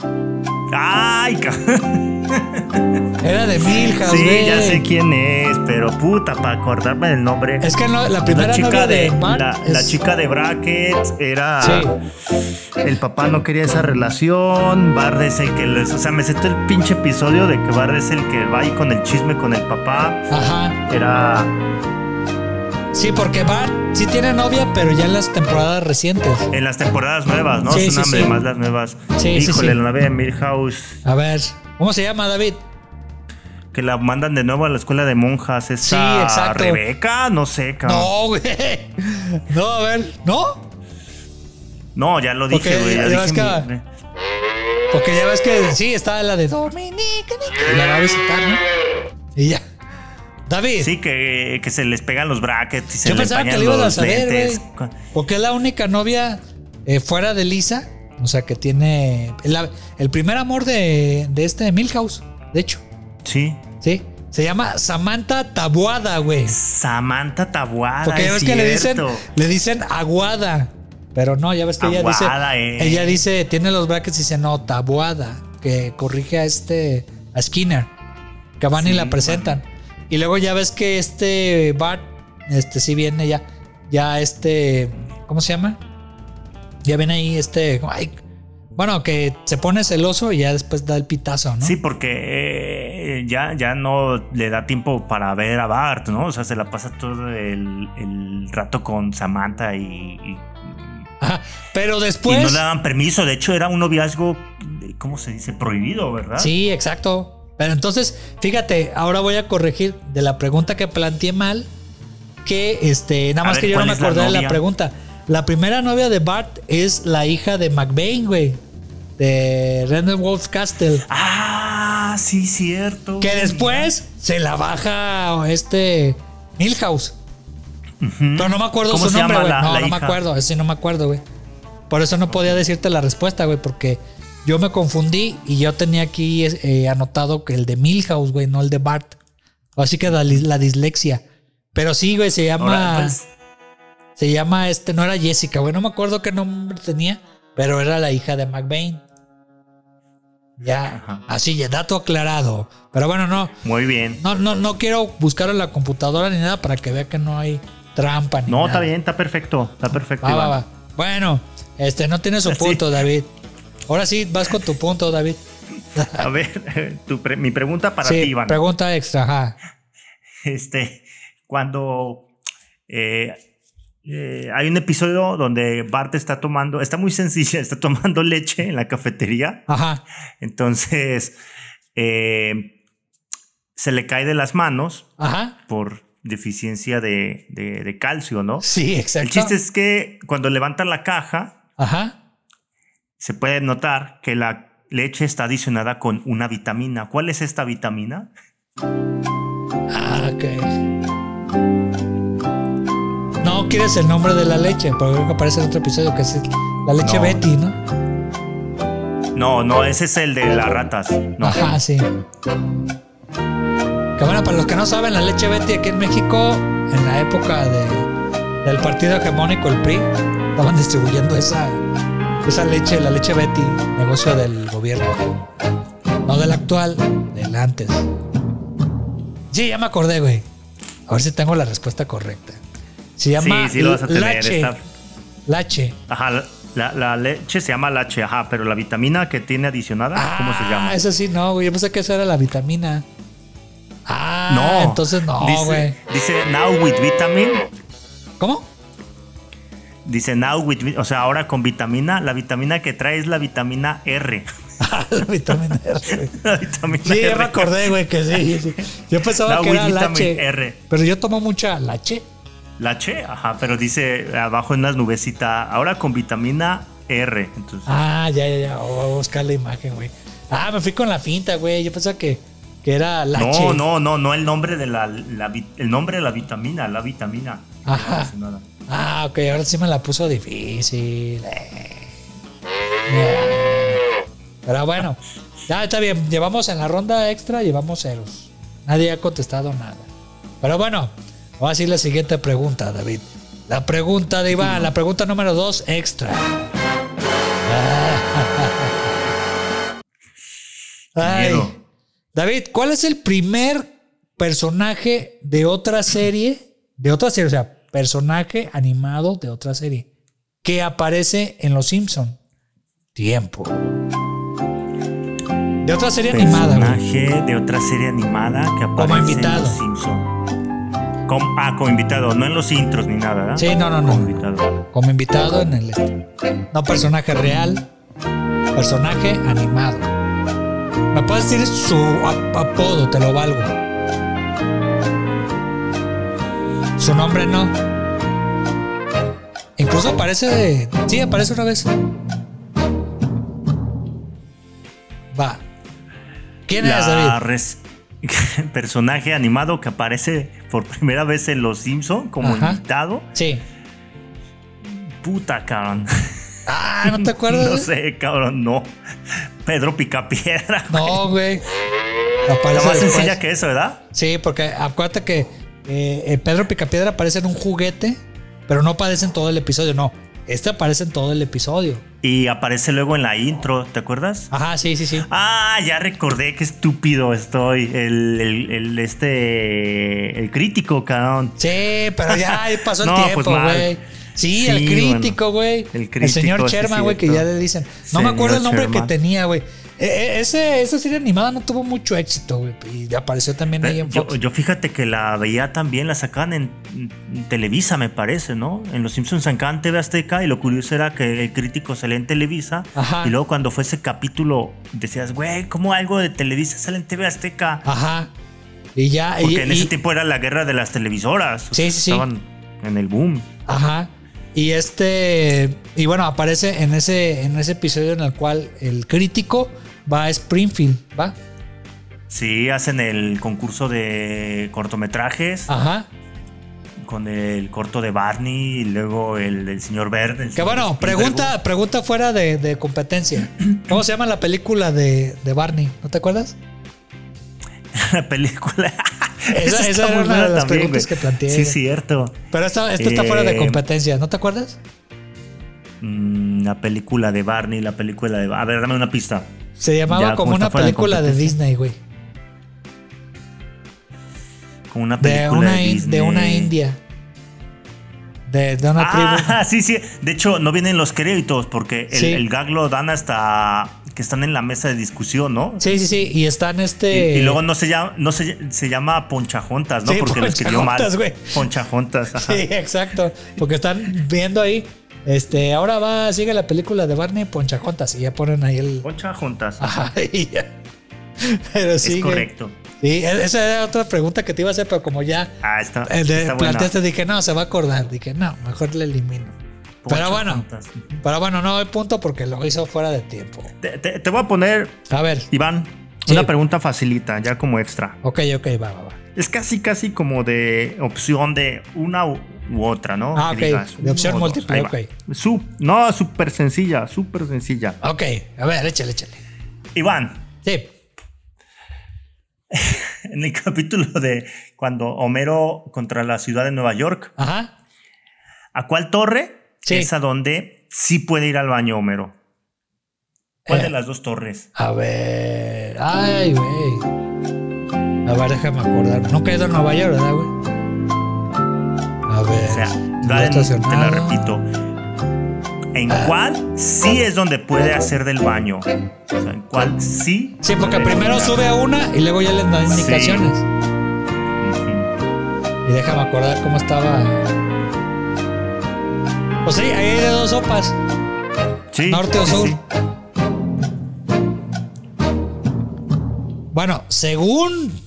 Ay, cabrón.
Era de Milhouse,
Sí,
güey.
ya sé quién es, pero puta, para acordarme del nombre.
Es que no- la primera
la
novia
chica
de,
de,
Bart
la,
es-
la chica de brackets era
Sí.
el papá no quería esa relación Bart es el que les, o sea me sé todo el pinche episodio de que Bart es el que va ahí con el chisme con el papá
Ajá.
era
Sí, porque Bart sí tiene novia, pero ya en las temporadas recientes.
en las temporadas nuevas no
Sí,
Son
sí,
hambre,
sí.
más las nuevas
Sí, sí,
híjole
sí.
la novia de Milhouse
A ver, ¿cómo se llama David?
que la mandan de nuevo a la escuela de monjas
Sí,
esta
exacto.
Rebeca no sé cabrón.
No, güey. No, a ver, ¿no?
no ya lo dije
Ok,
güey ya
ya
dije
ves
mi-
Porque ya ves que sí, está la de Dominica. que La va a visitar, ¿no? Y ya. David,
Sí, que, que se les pegan los brackets y se
yo
les
pensaba que
empañan
le ibas a
los
saber,
lentes.
güey. Porque es la única novia eh, fuera de Lisa. O sea, que tiene. la- el primer amor de, de este Milhouse, de hecho.
Sí.
Sí. Se llama Samantha Tabuada, güey.
Samantha Tabuada.
Porque ya
Ah, es
ves que le dicen,
cierto.
le dicen aguada. Pero no, ya ves que
Aguada,
ella dice.
eh.
Ella dice, tiene los brackets y dice, no, tabuada. Que corrige a este a Skinner. Que van y
Sí,
la presentan. Y luego ya ves que este Bart, este sí viene ya. Ya este. ¿Cómo se llama? Ya viene ahí este. ay, bueno, que se pone celoso y ya después da el pitazo, ¿no?
Sí, porque eh, ya, ya no le da tiempo para ver a Bart, ¿no? O sea, se la pasa todo el, el rato con Samantha y, y-
Ajá, Pero
y
después.
no le daban permiso. De hecho, era un noviazgo, ¿cómo se dice? Prohibido, ¿verdad?
Sí, exacto. Pero entonces, fíjate, ahora voy a corregir de la pregunta que planteé mal, que este, nada
A
más
ver,
que yo no
¿cuál
me
es la
acordé de la
novia?
pregunta. La primera novia de Bart es la hija de McBain, güey, de Randall Wolf Castle.
Ah, sí, cierto.
Que después se la baja este Milhouse. Pero no me acuerdo
¿Cómo
su
se
nombre,
llama
güey.
la-
No,
la
no me
hija?
acuerdo. Sí, no me acuerdo, güey. Por eso no podía decirte la respuesta, güey, porque yo me confundí y yo tenía aquí eh, anotado que el de Milhouse, güey, no el de Bart. Así que la, dis- la dislexia. Pero sí, güey, se llama.
Ahora, pues,
Se llama este, no era Jessica, güey. No me acuerdo qué nombre tenía, pero era la hija de McBain. Ya,
Ajá.
así, ya, dato aclarado. Pero bueno, no.
muy bien.
No, no, no quiero buscar en la computadora ni nada para que vea que no hay trampa ni
No,
nada.
está bien, está perfecto. Está perfecto.
Va, va,
Iván.
va. Bueno, este no tiene su
Sí.
punto, David. Ahora sí, vas con tu punto, David.
A ver, tu pre- mi pregunta para
sí,
ti, Iván.
pregunta extra, ajá.
Este, cuando eh, eh, hay un episodio donde Bart está tomando, está muy sencilla, está tomando leche en la cafetería.
Ajá.
Entonces, eh, se le cae de las manos
Ajá.
por deficiencia de, de- de calcio, ¿no?
Sí,
El
exacto.
chiste es que cuando levantan la caja,
Ajá.
se puede notar que la leche está adicionada con una vitamina. ¿Cuál es esta vitamina?
Ah, ok. No quieres el nombre de la leche, pero creo que aparece en otro episodio que es la leche
No.
Betty, ¿no?
No, no, ese es el de las ratas. No.
Ajá, Ah, sí. Que bueno, para los que no saben, la leche Betty aquí en México, en la época de- del partido hegemónico, el PRI, estaban distribuyendo esa, esa leche, la leche Betty, negocio del gobierno. No del actual, del antes. Sí, ya me acordé, güey. A ver si tengo la respuesta correcta. Se llama
Sí, sí lo vas a tener.
lache.
está-
Lache.
Ajá, la- la, la leche se llama lache, ajá, pero la vitamina que tiene adicionada, ¿cómo se llama?
Ah, eso sí, no, güey. Yo pensé que esa era la vitamina. Ah, no. Entonces no,
dice-
güey.
Dice now with vitamin.
¿Cómo?
Dice now with, vi- o sea, ahora con vitamina. La vitamina que trae es la vitamina R.
Ah, la vitamina R. güey.
La vitamina
Sí,
R.
ya me acordé, güey, que sí. sí. Yo pensaba
La
que era
vitamin
lache.
R.
Pero yo tomo mucha lache.
Lache, ajá, pero dice abajo en las nubecitas, ahora con vitamina R. Entonces,
Ah, ya, ya, ya. Oh, voy a buscar la imagen, güey. Ah, me fui con la finta, güey. Yo pensaba que, que era lache.
no, no, no, no el nombre de la, la vi- el nombre de la vitamina, la vitamina.
Ajá.
Nada.
Ah, ok, ahora sí me la puso difícil. Eh. Eh. Pero bueno, ya está bien. Llevamos en la ronda extra, llevamos ceros. Nadie ha contestado nada. Pero bueno, ahora sí la siguiente pregunta, David. La pregunta de Iván, la pregunta número dos extra. Ah. Ay.
Miedo.
David, ¿cuál es el primer personaje de otra serie? De otra serie, o sea, personaje animado de otra serie que aparece en Los Simpson. Tiempo. De otra serie animada, güey.
Pues, personaje de otra serie animada que aparece
invitado.
en Los Simpson. Com- ah, como invitado, no en los intros ni nada, ¿verdad?
Sí, no, no, no.
Como invitado.
Como invitado en el este. No personaje real, personaje animado. Me puedes decir su ap- apodo, te lo valgo. Su nombre no. Incluso aparece de. Sí, aparece una vez. Va. ¿Quién es
La
David?
res- personaje animado que aparece por primera vez en Los Simpson como
Ajá.
invitado.
Sí.
Puta, cabrón.
Ah, ¿no te acuerdas?
No sé, cabrón, no. Pedro Picapiedra.
No, güey.
La
Aparece
más
después.
sencilla que eso, ¿verdad?
Sí, porque acuérdate que eh, eh, Pedro Picapiedra aparece en un juguete, pero no aparece en todo el episodio, no. Este aparece en todo el episodio.
Y aparece luego en la intro, ¿te acuerdas?
Ajá, sí, sí, sí.
Ah, ya recordé qué estúpido estoy. El, el- el- este. El crítico, cabrón.
Sí, pero ya ahí pasó el
No, pues
tiempo,
mal.
güey. sí,
Sí,
el crítico, güey.
el
el,
crítico,
señor
sí,
Sherman, güey, que ya
cierto.
le dicen. No me acuerdo el
Señor
nombre
Sherman.
que tenía, güey. E- e- ese, esa serie animada no tuvo mucho éxito, güey. Y apareció también ahí en
Eh, Yo,
Fox.
yo fíjate que la veía también, la sacaban en, en Televisa, me parece, ¿no? En Los Simpsons sacaban TV Azteca y lo curioso era que el crítico salía en Televisa.
Ajá.
Y luego cuando fue ese capítulo decías, güey, ¿cómo algo de Televisa sale en TV Azteca?
Ajá. Y ya. Ah, y-
Porque en
y-
ese tiempo era la guerra de las televisoras. o
Sí,
sea,
sí, sí.
Estaban en el boom.
Ajá. Y este. Y bueno, aparece en ese, en ese episodio en el cual el crítico va a Springfield, ¿va?
Sí, hacen el concurso de cortometrajes
Ajá.
con el corto de Barney y luego el del señor Verde. el
Que
señor
bueno,
Spielberg.
pregunta, pregunta fuera de, de competencia. ¿Cómo se llama la película de, de Barney? ¿No te acuerdas?
La película.
Esa-
está
esa era
muy
una de
buena
las preguntas
güey.
que planteé.
Sí, cierto.
Pero esta, esta está fuera de
Eh,
competencia, ¿no te acuerdas?
Mm, la película de Barney, la película de. A ver, dame una pista.
Se llamaba
ya,
como
como está
una
fuera de
película de,
competencia.
Disney, güey.
Con una
De
película
una,
de,
in- de una
Disney.
india. De, de una tribu.
Ah, sí, sí. De hecho, no vienen los créditos porque el,
Sí.
el gag lo dan hasta que están en la mesa de discusión, ¿no?
Sí, sí, sí. Y están
Y,
este.
y luego no se llama, no se, se llama Ponchajontas, ¿no?
Sí,
porque lo escribió mal.
Ponchajontas, güey.
Ponchajontas. ajá.
Sí, exacto. Porque están viendo ahí. Este, ahora va, sigue la película de Barney Ponchajontas y ya ponen ahí el.
Ponchajontas.
Ajá, y ya. Pero sí.
es
güey.
correcto.
Sí, e-, esa era otra pregunta que te iba a hacer, pero como ya
Ah, está,
eh, de-
está buena.
planteaste, dije, no, se va a acordar. Dije, no, mejor le elimino. Pero
Ocho
bueno,
puntas.
pero bueno, no hay punto porque lo hizo fuera de tiempo.
Te, te- te voy a poner,
A ver,
Iván,
Sí.
una pregunta facilita, ya como extra.
ok, ok, va, va, va.
Es casi, casi como de opción de una u, u otra, ¿no?
Ah,
Que
ok, de
uno
opción
o dos,
múltiple,
ahí va.
ok.
Su- no, súper sencilla, súper sencilla.
Ok, a ver, échale, échale.
Iván,
Sí,
en el capítulo de cuando Homero contra la ciudad de Nueva York,
ajá.
¿a cuál torre
Sí.
es a donde sí puede ir al baño Homero? ¿Cuál
Eh.
de las dos torres?
A ver, ay, güey. A ver, déjame acordarme. Nunca he ido a Nueva York, ¿verdad, güey? A ver,
O sea,
¿dónde
dale, te la
estacionado?
repito. ¿En cuál sí es donde puede hacer del baño? O sea, ¿en cuál sí?
Sí, porque
puede
primero
ir al-
sube a una y luego ya les da
Sí.
indicaciones.
Ujú.
Y déjame acordar cómo estaba. Pues sí, ahí hay de dos sopas,
Sí,
norte o
sí,
sur.
sí.
Bueno, según.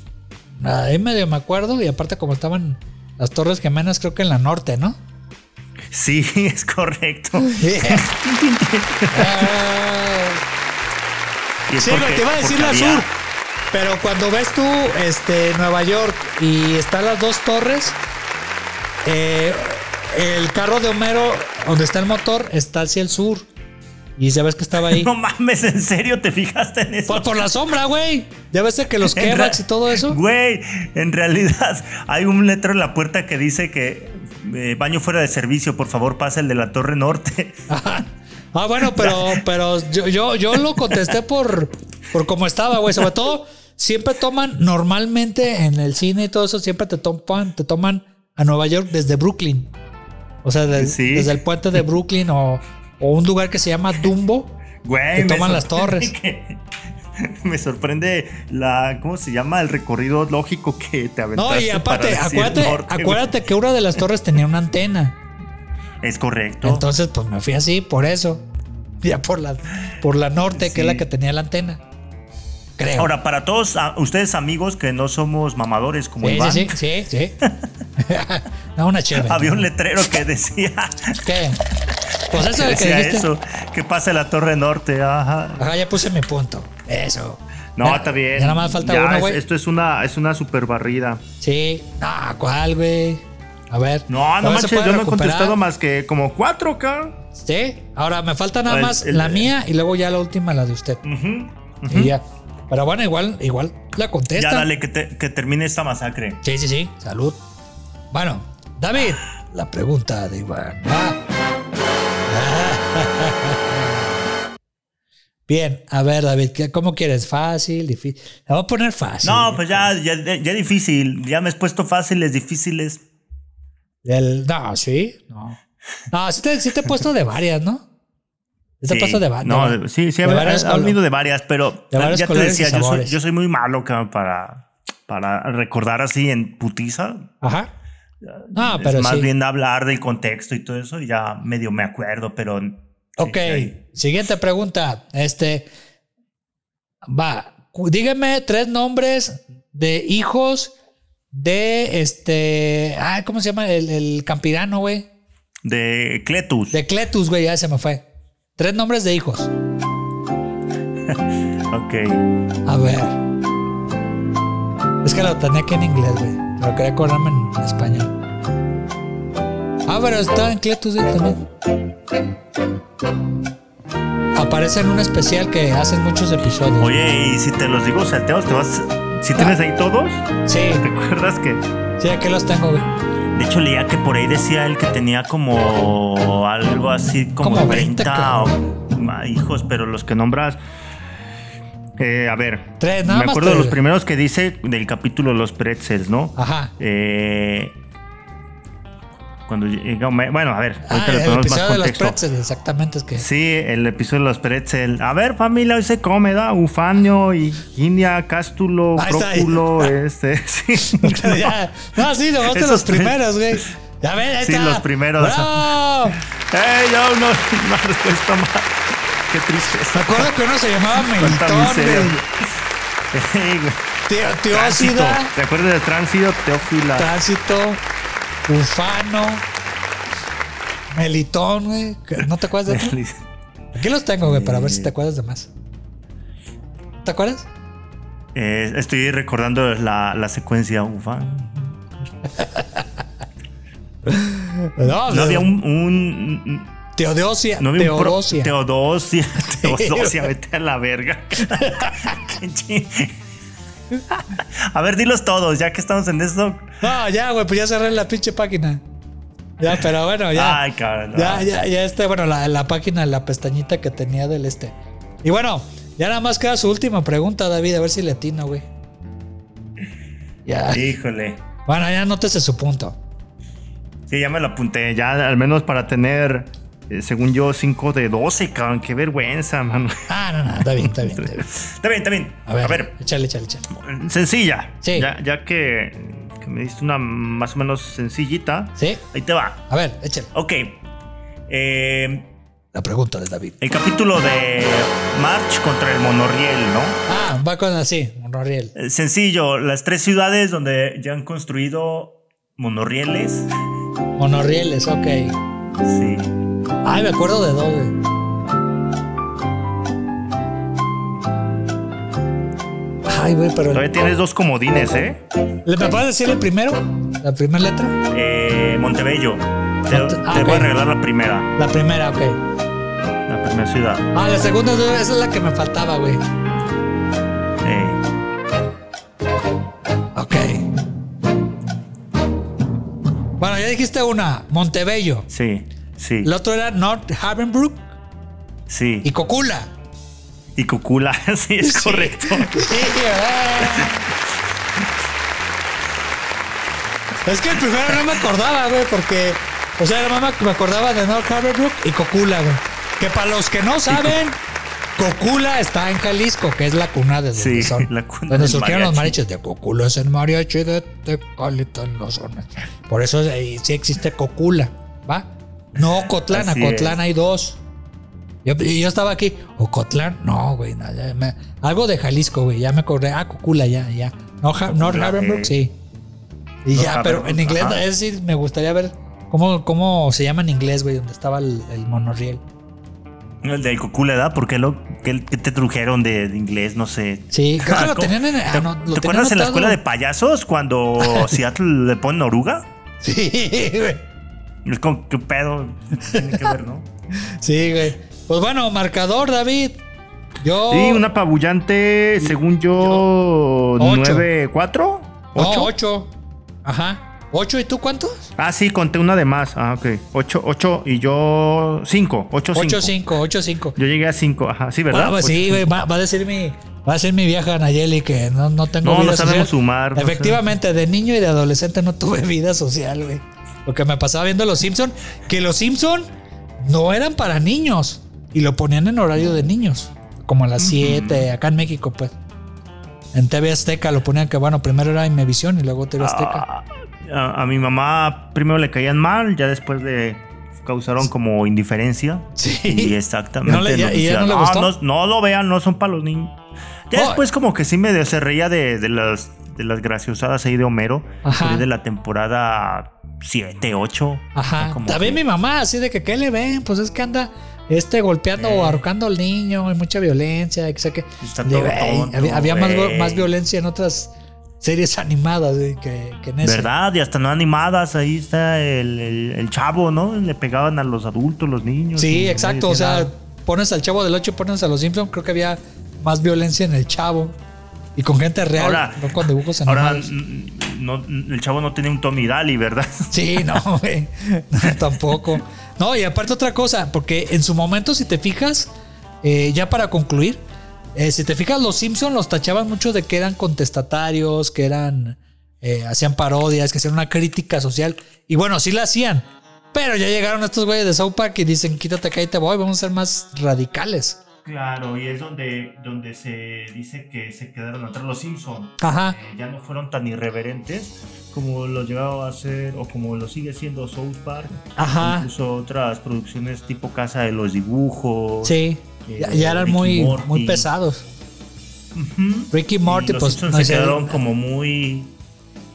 Ahí medio me acuerdo, y aparte, como estaban las Torres Gemelas, creo que en la norte, ¿no?
Sí, es correcto.
Eh. Ah.
Y es
Sí,
porque-
pero te iba a decir
porque
la
había-
sur. Pero cuando ves tú este, Nueva York y están las dos torres, eh, el carro de Homero, donde está el motor, está hacia el sur. Y ya ves que estaba ahí.
No mames, ¿en serio te fijaste en eso?
por, por la sombra, güey. Ya ves que los
En ra-
Kevax y todo eso.
Güey, en realidad hay un letrero en la puerta que dice que eh, baño fuera de servicio, por favor, pasa el de la Torre Norte.
Ajá. Ah, bueno, pero, pero yo, yo, yo lo contesté por, por cómo estaba, güey. Sobre todo, siempre toman, normalmente en el cine y todo eso, siempre te toman, te toman a Nueva York desde Brooklyn. O sea, del-
Sí.
desde el puente de Brooklyn o, o un lugar que se llama Dumbo.
Güey,
Te
me
toman las
sorprende
torres.
que- me sorprende la, ¿cómo se llama? El recorrido lógico que te aventaste.
No, y aparte,
para decir
acuérdate,
norte, güey.
acuérdate que una de las torres tenía una antena.
Es correcto.
Entonces, pues me fui así, por eso. Ya por la, por la norte, que es la
Sí.
que tenía la antena. Creo.
Ahora, para todos ah, ustedes amigos que no somos mamadores como
Sí,
Iván,
sí, sí, sí, sí. no, una chévere.
había un letrero que decía,
¿Qué? Pues eso
que
es lo que
decía
dijiste.
eso, que pasa la Torre Norte, ajá.
Ajá, ya puse mi punto. Eso.
No,
Ya-
está bien.
Ya nada más falta
Ya,
uno,
es-
güey.
Esto es una, es una super barrida.
Sí. No, ¿cuál, güey? A ver.
No, no
todavía se
manches, yo
puede
no he
recuperar.
contestado más que como cuatro acá.
Sí. Ahora me falta nada
Pues,
más
el-
la mía y luego ya la última, la de usted.
Ujú.
Y ya. Pero bueno, igual, igual la contesta.
Ya dale, que, te- que termine esta masacre.
Sí, sí, sí. Salud. Bueno, David, la pregunta de Iván. Ah. Bien, a ver, David, ¿qué- ¿cómo quieres? ¿Fácil? ¿Difícil? La voy a poner fácil.
No, pues ya, ya, ya difícil. Ya me has puesto fáciles, difíciles.
El- no, sí. No. No, sí te, sí te he puesto de varias, ¿no? Sí te he
Sí.
puesto de varias.
No, de- sí, sí,
De
ha-
varios
ha- ha
colo-
venido de varias, pero
de varios
ya te
colores y
decía, yo soy,
sabores.
yo soy muy malo cabrón, para, para recordar así en putiza.
Ajá. Ah,
Es
pero
más
sí.
bien hablar del contexto y todo eso, ya medio me acuerdo, pero.
Ok,
sí,
siguiente pregunta. Este va, cu- dígame tres nombres de hijos de este. Ay, ¿cómo se llama? El, el campirano, güey.
De Cletus.
De Cletus, güey, ya se me fue. Tres nombres de hijos.
Ok.
A ver. Es que lo tenía aquí en inglés, güey. Pero quería acordarme en español. Ah, pero está en Cletus, güey, también. Aparece en un especial que hacen muchos episodios.
Oye, y si te los digo salteados, te vas. Si tienes ahí todos,
Sí,
¿te acuerdas que?
sí, aquí los tengo, güey.
De hecho, leía que por ahí decía él que tenía como algo así como,
Como 20,
30
cabrón.
o ma- hijos, pero los que nombras. eh, a ver.
Tres, nada
Me
más
acuerdo de
tres,
los
güey.
primeros que dice del capítulo Los Pretzels, ¿no?
Ajá.
Eh, cuando llega. Homero- Bueno, a ver.
Ah,
le
el
ponemos
episodio de los pretzels, exactamente, es que...
Sí, el episodio de los pretzel. A ver, familia, hoy se come, ¿da? Ufanio, y India, Cástulo,
Ahí está, ahí.
Próculo, este. Sí.
Ya. No, sí, nomás de
Esos
los
tres.
primeros, güey. Ya ven, ahí
Sí,
está.
los primeros.
¡Bravo!
¡Ey, yo no! Una respuesta más. ¡Qué tristeza!
Me acuerdo que uno se llamaba
Cuánta
Melitón,
miseria.
güey.
Ey, güey.
Teo-
Tránsito.
Teósida,
¿Te acuerdas de Tránsito? Teófila.
Tránsito, Ufano, Melitón, güey. ¿No te acuerdas de otro? Aquí los tengo, güey, para ver si te acuerdas de más. ¿Te acuerdas?
Eh, estoy recordando la, la secuencia ah. ufa.
No,
No había un, un-
Teodosia.
no había un pro-
Teodosia.
Teodosia, Teodosia, vete a la verga. Qué chi- a ver, dilos todos, ya que estamos en esto.
No, ya, güey, pues ya cerré la pinche página. Ya, pero bueno, ya.
Ay, cabrón.
Ya, ya, ya este, bueno, la, la página, la pestañita que tenía del este. Y bueno, ya nada más queda su última pregunta, David, a ver si le atino, güey. Ya.
Híjole.
Bueno, ya nótese su punto.
Sí, ya me lo apunté, ya al menos para tener, eh, según yo, 5 de 12, cabrón. Qué vergüenza, mano.
Ah, no, no, está bien, está bien. está bien.
Está bien, está bien.
A ver, échale, échale, échale.
sencilla.
Sí.
Ya, ya que, que me diste una más o menos sencillita.
¿Sí?
Ahí te va.
A ver, échale.
Ok. Eh,
La pregunta de David.
el capítulo de March contra el monorriel, ¿no?
Ah, va con así, monorriel.
Eh, Sencillo, las tres ciudades donde ya han construido monorrieles.
Monorrieles, ok.
Sí.
Ay, me acuerdo de dos, güey. Ay, güey, pero.
Todavía tienes dos comodines, ¿eh?
¿Le- ¿Me puedes decir el primero? La primera letra.
Eh, Montebello. Te,
Monte-
te
ah,
voy a
ok.
regalar la primera.
La primera, ok.
La primera ciudad.
Ah, la segunda, güey, esa es la que me faltaba, güey.
Eh,
Ok. Bueno, ya dijiste una, Montebello.
sí, sí,
El otro era North Havenbrook
sí.
y Cocula.
Y Cucula, sí, es correcto.
Sí, ¿verdad? es que el primero no me acordaba, güey, porque, o sea, nada más me acordaba de North Haverbrook y Cocula, güey. Que para los que no saben, Cocula está en Jalisco, que es la cuna de donde,
Sí,
son-
la cuna
donde
del
surgieron los
mariachi.
mariachis. De Cocula es el mariachi de Tecalita en los zonas. Por eso eh, sí existe Cocula, ¿va? No Cotlán, a
Así
Cotlán
es.
hay dos. Yo, y yo estaba aquí, Ocotlán, no, güey, no, ya me- algo de Jalisco, güey, ya me acordé, ah, Cocula, ya, ya. No, Ha- North
Cocula,
Havenbrook,
eh.
sí. Y
North
ya, pero en
Havenbrook,
inglés,
ajá.
es decir, me gustaría ver cómo, cómo se llama en inglés, güey, donde estaba el, el monorriel.
El de Cucula, ¿verdad? ¿Por qué, lo, qué- qué te trujeron de, de inglés? No sé.
Sí, creo que lo
¿Cómo?
tenían en. ah,
¿Te,
no, lo
te
tenían
acuerdas en
anotado.
la escuela de payasos cuando Seattle le ponen oruga?
Sí, güey.
Es como, ¿qué pedo? Tiene que ver, ¿no?
Sí, güey. Pues bueno, marcador, David. Yo.
Sí, una apabullante, según yo,
Oh. Ocho.
Eh, 9-4.
No,
¿Ocho?
ocho. Ajá. ¿Ocho y tú cuántos?
Ah, sí, conté una de más. Ah, ok. 8, 8 y yo 5. 8, 5.
Ocho, cinco, ocho, cinco.
Yo llegué a 5, ajá. Sí, ¿verdad?
Bueno, pues
Ocho,
sí,
cinco.
güey, va, va a decir mi, va a decir mi vieja Nayeli que no, no tengo
No,
vida
no sabemos sumar, no
Efectivamente, de niño y de adolescente no tuve vida social, güey. Lo que me pasaba viendo Los Simpson, que Los Simpson no eran para niños y lo ponían en horario de niños, como a las 7, acá en México, pues. En TV Azteca lo ponían que, bueno, primero era Imevisión y luego TV Azteca.
Ah, A, a mi mamá primero le caían mal, ya después le causaron como indiferencia.
Sí.
Y exactamente.
No le- ya-
nos
y ya
decían,
no le gustó".
no, no lo vean, no son para los niños. Ya
Oh.
después como que sí me de- se reía de, de las, de las graciosadas ahí de Homero,
Ajá.
por ahí de la temporada 7, 8.
Ajá. También mi mamá, así de que, ¿qué le ven? Pues es que anda este golpeando o ahorcando al niño, hay mucha violencia, y que sé qué.
Eh. Está
De-
todo
ey,
tonto,
había había más, vo-
ey.
más violencia en otras series animadas eh, que, que en ese.
¿Verdad? Y hasta no animadas, ahí está el, el- el chavo, ¿no? Le pegaban a los adultos, los niños. y
Sí,
nadie
exacto. O
decía
sea,
nada.
pones al chavo del 8 y pones a los Simpsons, creo que había más violencia en el chavo. Y con gente real,
Ahora-
no con dibujos
Ahora,
animados.
n- no- n- el chavo no tiene un Tommy Daly, ¿verdad?
Sí, no, güey. No, tampoco. No, y aparte otra cosa, porque en su momento, si te fijas, eh, ya para concluir, eh, si te fijas, los Simpsons los tachaban mucho de que eran contestatarios, que eran. eh, hacían parodias, que hacían una crítica social. Y bueno, sí la hacían. Pero ya llegaron estos güeyes de South Park y dicen, quítate que ahí te voy, vamos a ser más radicales.
Claro, y es donde, donde se dice que se quedaron atrás los Simpson.
Ajá.
Eh, ya no fueron tan irreverentes como lo llegaba a ser o como lo sigue siendo South Park.
Ajá.
Incluso otras producciones tipo Casa de los Dibujos.
Sí.
Eh,
Ya, ya eran
Ricky
muy,
Morty.
muy pesados. Ricky Morty,
los
pues
Simpsons
no
se
es el-
quedaron como muy.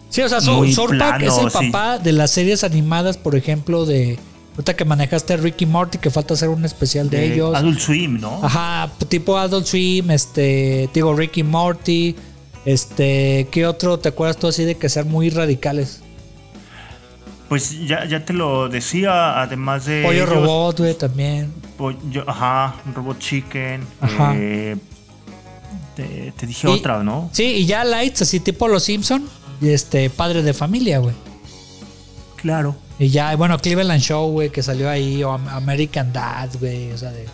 Sí, o sea, Sor-
muy
South Park
plano,
es el
sí.
papá de las series animadas, por ejemplo, de. Ahorita que manejaste a Ricky Morty, que falta hacer un especial de,
de
ellos.
eh, Adult Swim, ¿no?
Ajá, tipo Adult Swim, este, digo Ricky Morty, este, ¿qué otro te acuerdas tú así de que sean muy radicales?
Pues ya, ya te lo decía, además de.
Pollo
ellos,
Robot, güey, también.
pollo- ajá, Robot Chicken.
Ajá.
eh, te, te dije
Y-
otra, ¿no?
Sí, y ya Lights, así tipo Los Simpson, y este, padre de familia, güey.
Claro.
Y ya, bueno, Cleveland Show, güey, que salió ahí, o Am- American Dad, güey, o sea, de,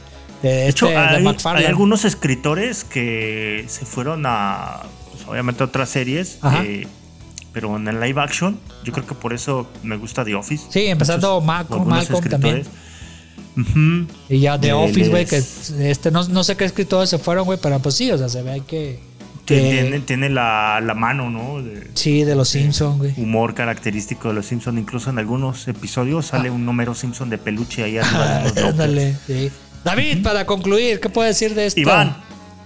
de
De hecho,
este, de
hay,
McFarlane.
hay algunos escritores que se fueron a, pues, obviamente, a otras series,
Ajá.
eh, pero en el live action. Yo creo que por eso me gusta The Office.
Sí, empezando Malcolm,
algunos
Malcolm también.
escritores. Ujú.
Y ya The
de-
Office, güey, que
les-
este, no, no sé qué escritores se fueron, güey, pero pues sí, o sea, se ve que...
Tiene-
que-
Tiene, tiene la, la mano, ¿no? De
Sí, de los Simpsons, güey.
humor característico de los Simpsons. Incluso en algunos episodios
Ah.
sale un número Simpson de peluche ahí arriba de los bloques.
Ándale, sí. David, para concluir, ¿qué puedo decir de esto?
Iván,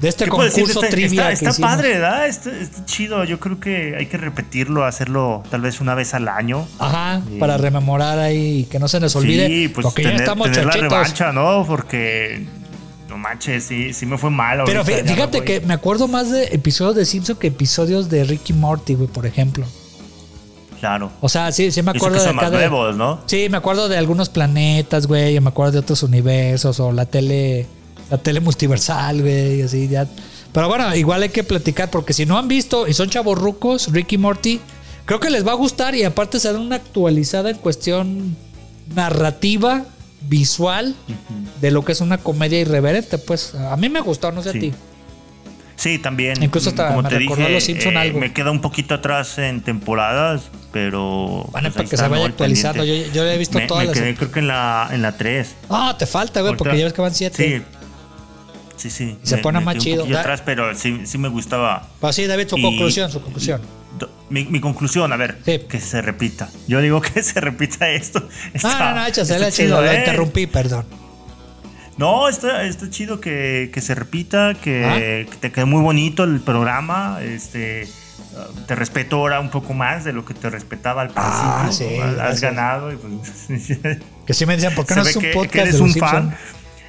de este
¿Qué puedo decir de
concurso
este?
trivia.
Está,
que
está
hicimos.
padre, ¿verdad? Está, está chido. Yo creo que hay que repetirlo, hacerlo tal vez una vez al año.
Ajá,
Sí.
para rememorar ahí y que no se nos olvide.
sí, pues
porque
tener,
ya estamos
tener la
chachitos.
revancha, ¿no? Porque no manches, sí, sí me fue mal.
Pero
ahorita,
fí-
ya no
fíjate
voy.
que me acuerdo más de episodios de Simpson que episodios de Ricky Morty, güey, por ejemplo.
Claro.
O sea, sí, sí me
Y eso
acuerdo
que
de
son más
cada.
nuevos, ¿no?
Sí, me acuerdo de algunos planetas, güey, y me acuerdo de otros universos o la tele, la tele multiversal, güey, y así ya. Pero bueno, igual hay que platicar porque si no han visto y son chavorrucos, Ricky Morty, creo que les va a gustar y aparte se dan una actualizada en cuestión narrativa, visual de lo que es una comedia irreverente, pues a mí me gustó, no sé
Sí.
a ti.
Sí, también.
Incluso hasta
como
me
te
recordó
dije,
a los Simpson
eh,
algo.
me queda un poquito atrás en temporadas, pero.
Bueno,
pues,
para
ahí
que
está,
se vaya
¿no? Al
actualizando.
pendiente.
Yo- yo ya he visto
Me-
todas
me
las-
quedé creo que en la, en la 3.
Ah, te falta, güey, porque
Ahorita-
ya ves que van siete.
Sí. Sí, sí.
Y se pone más
quedé un
chido.
poquillo
Da-
atrás, pero sí, sí me gustaba.
Pues sí, David, su
Y-
conclusión, su conclusión.
Do- Mi, mi conclusión, a ver,
Sí.
que se repita. Yo digo que se repita esto.
Ah, no, no, échasela,
está
échasela, lo
¿eh?
interrumpí, perdón.
No, está, está chido que, que se repita, que,
Ah.
que te quede muy bonito el programa. Este, ah, te respeto ahora un poco más de lo que te respetaba al principio.
Ah, sí,
Has
gracias.
ganado y pues,
Que sí me decían, ¿por qué
se
no
ve
es un
que,
podcast
que
de
eres
los
un
Simpson?
fan.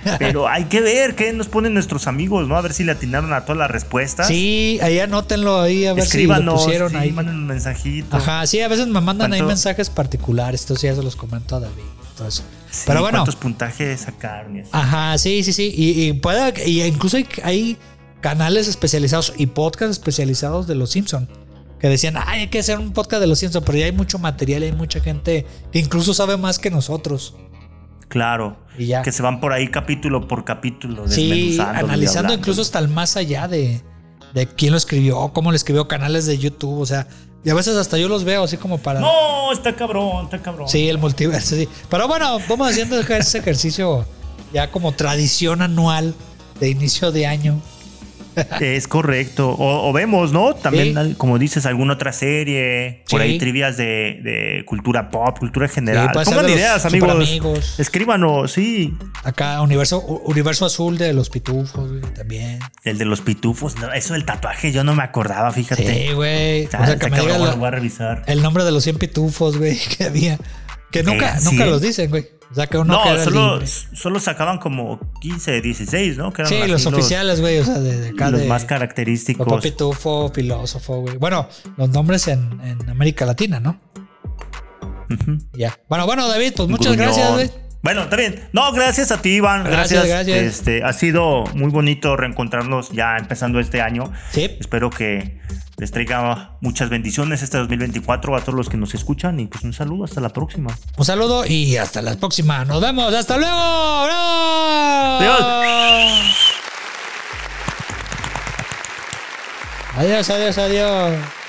Pero hay que ver qué nos ponen nuestros amigos, ¿no? A ver si le atinaron a todas las respuestas.
Sí, ahí anótenlo ahí, a ver
Escríbanos,
si lo pusieron
sí,
ahí.
manden un mensajito.
Ajá, sí, a veces me mandan ahí
¿Cuánto?
mensajes particulares, esto sí, ya se los comento a David. todo eso.
Sí,
Pero bueno, Ah.
¿Cuántos puntajes sacaron? y así.
ajá, sí, sí, sí. Y, y puede- y incluso hay, hay canales especializados y podcasts especializados de los Simpson que decían, ay, hay que hacer un podcast de los Simpson, pero ya hay mucho material, hay mucha gente que incluso sabe más que nosotros.
Claro.
Y ya.
Que se van por ahí capítulo por capítulo.
Sí,
desmenuzándolo y
analizando
hablando.
incluso hasta el más allá de, de quién lo escribió, cómo lo escribió, canales de YouTube, o sea, y a veces hasta yo los veo así como para...
No, está cabrón, está cabrón.
Sí, el multiverso, sí. Pero bueno, vamos haciendo ese ejercicio ya como tradición anual de inicio de año.
Es correcto. O, o vemos, ¿no? También,
Sí.
al- como dices, alguna otra serie. Por
Sí.
ahí trivias de, de cultura pop, cultura general.
Sí, puede ser
Pongan
de los
ideas, amigos.
superamigos.
Escríbanos, sí.
Acá, universo, u- universo azul de los pitufos, güey, también.
El de los pitufos. no, eso del tatuaje, yo no me acordaba, fíjate.
Sí, güey. O
Está-
sea,
está
que me diga eh,
cabrón,
la-
lo voy a revisar.
el nombre de los 100 pitufos, güey, que había. Que nunca,
Eh, sí.
nunca los dicen, güey. O sea, que uno
No,
queda
solo,
libre.
solo sacaban como 15, 16, ¿no? Que eran
Sí,
así
los oficiales, güey, o sea, de, de acá
los
de-
más
Papá
característicos.
Pitufo, filósofo, güey. Bueno, los nombres en, en América Latina, ¿no?
Ujú.
Ya. Bueno, bueno, David, pues muchas
Gruñón.
gracias, güey.
Bueno, está bien. No, gracias a ti, Iván.
Gracias,
Gracias.
gracias.
Este, ha sido muy bonito reencontrarnos ya empezando este año.
Sí.
Espero que les traiga muchas bendiciones este 2024 a todos los que nos escuchan y pues un saludo hasta la próxima.
Un saludo y hasta la próxima. Nos vemos. Hasta luego. ¡Bravo! Adiós, adiós, adiós.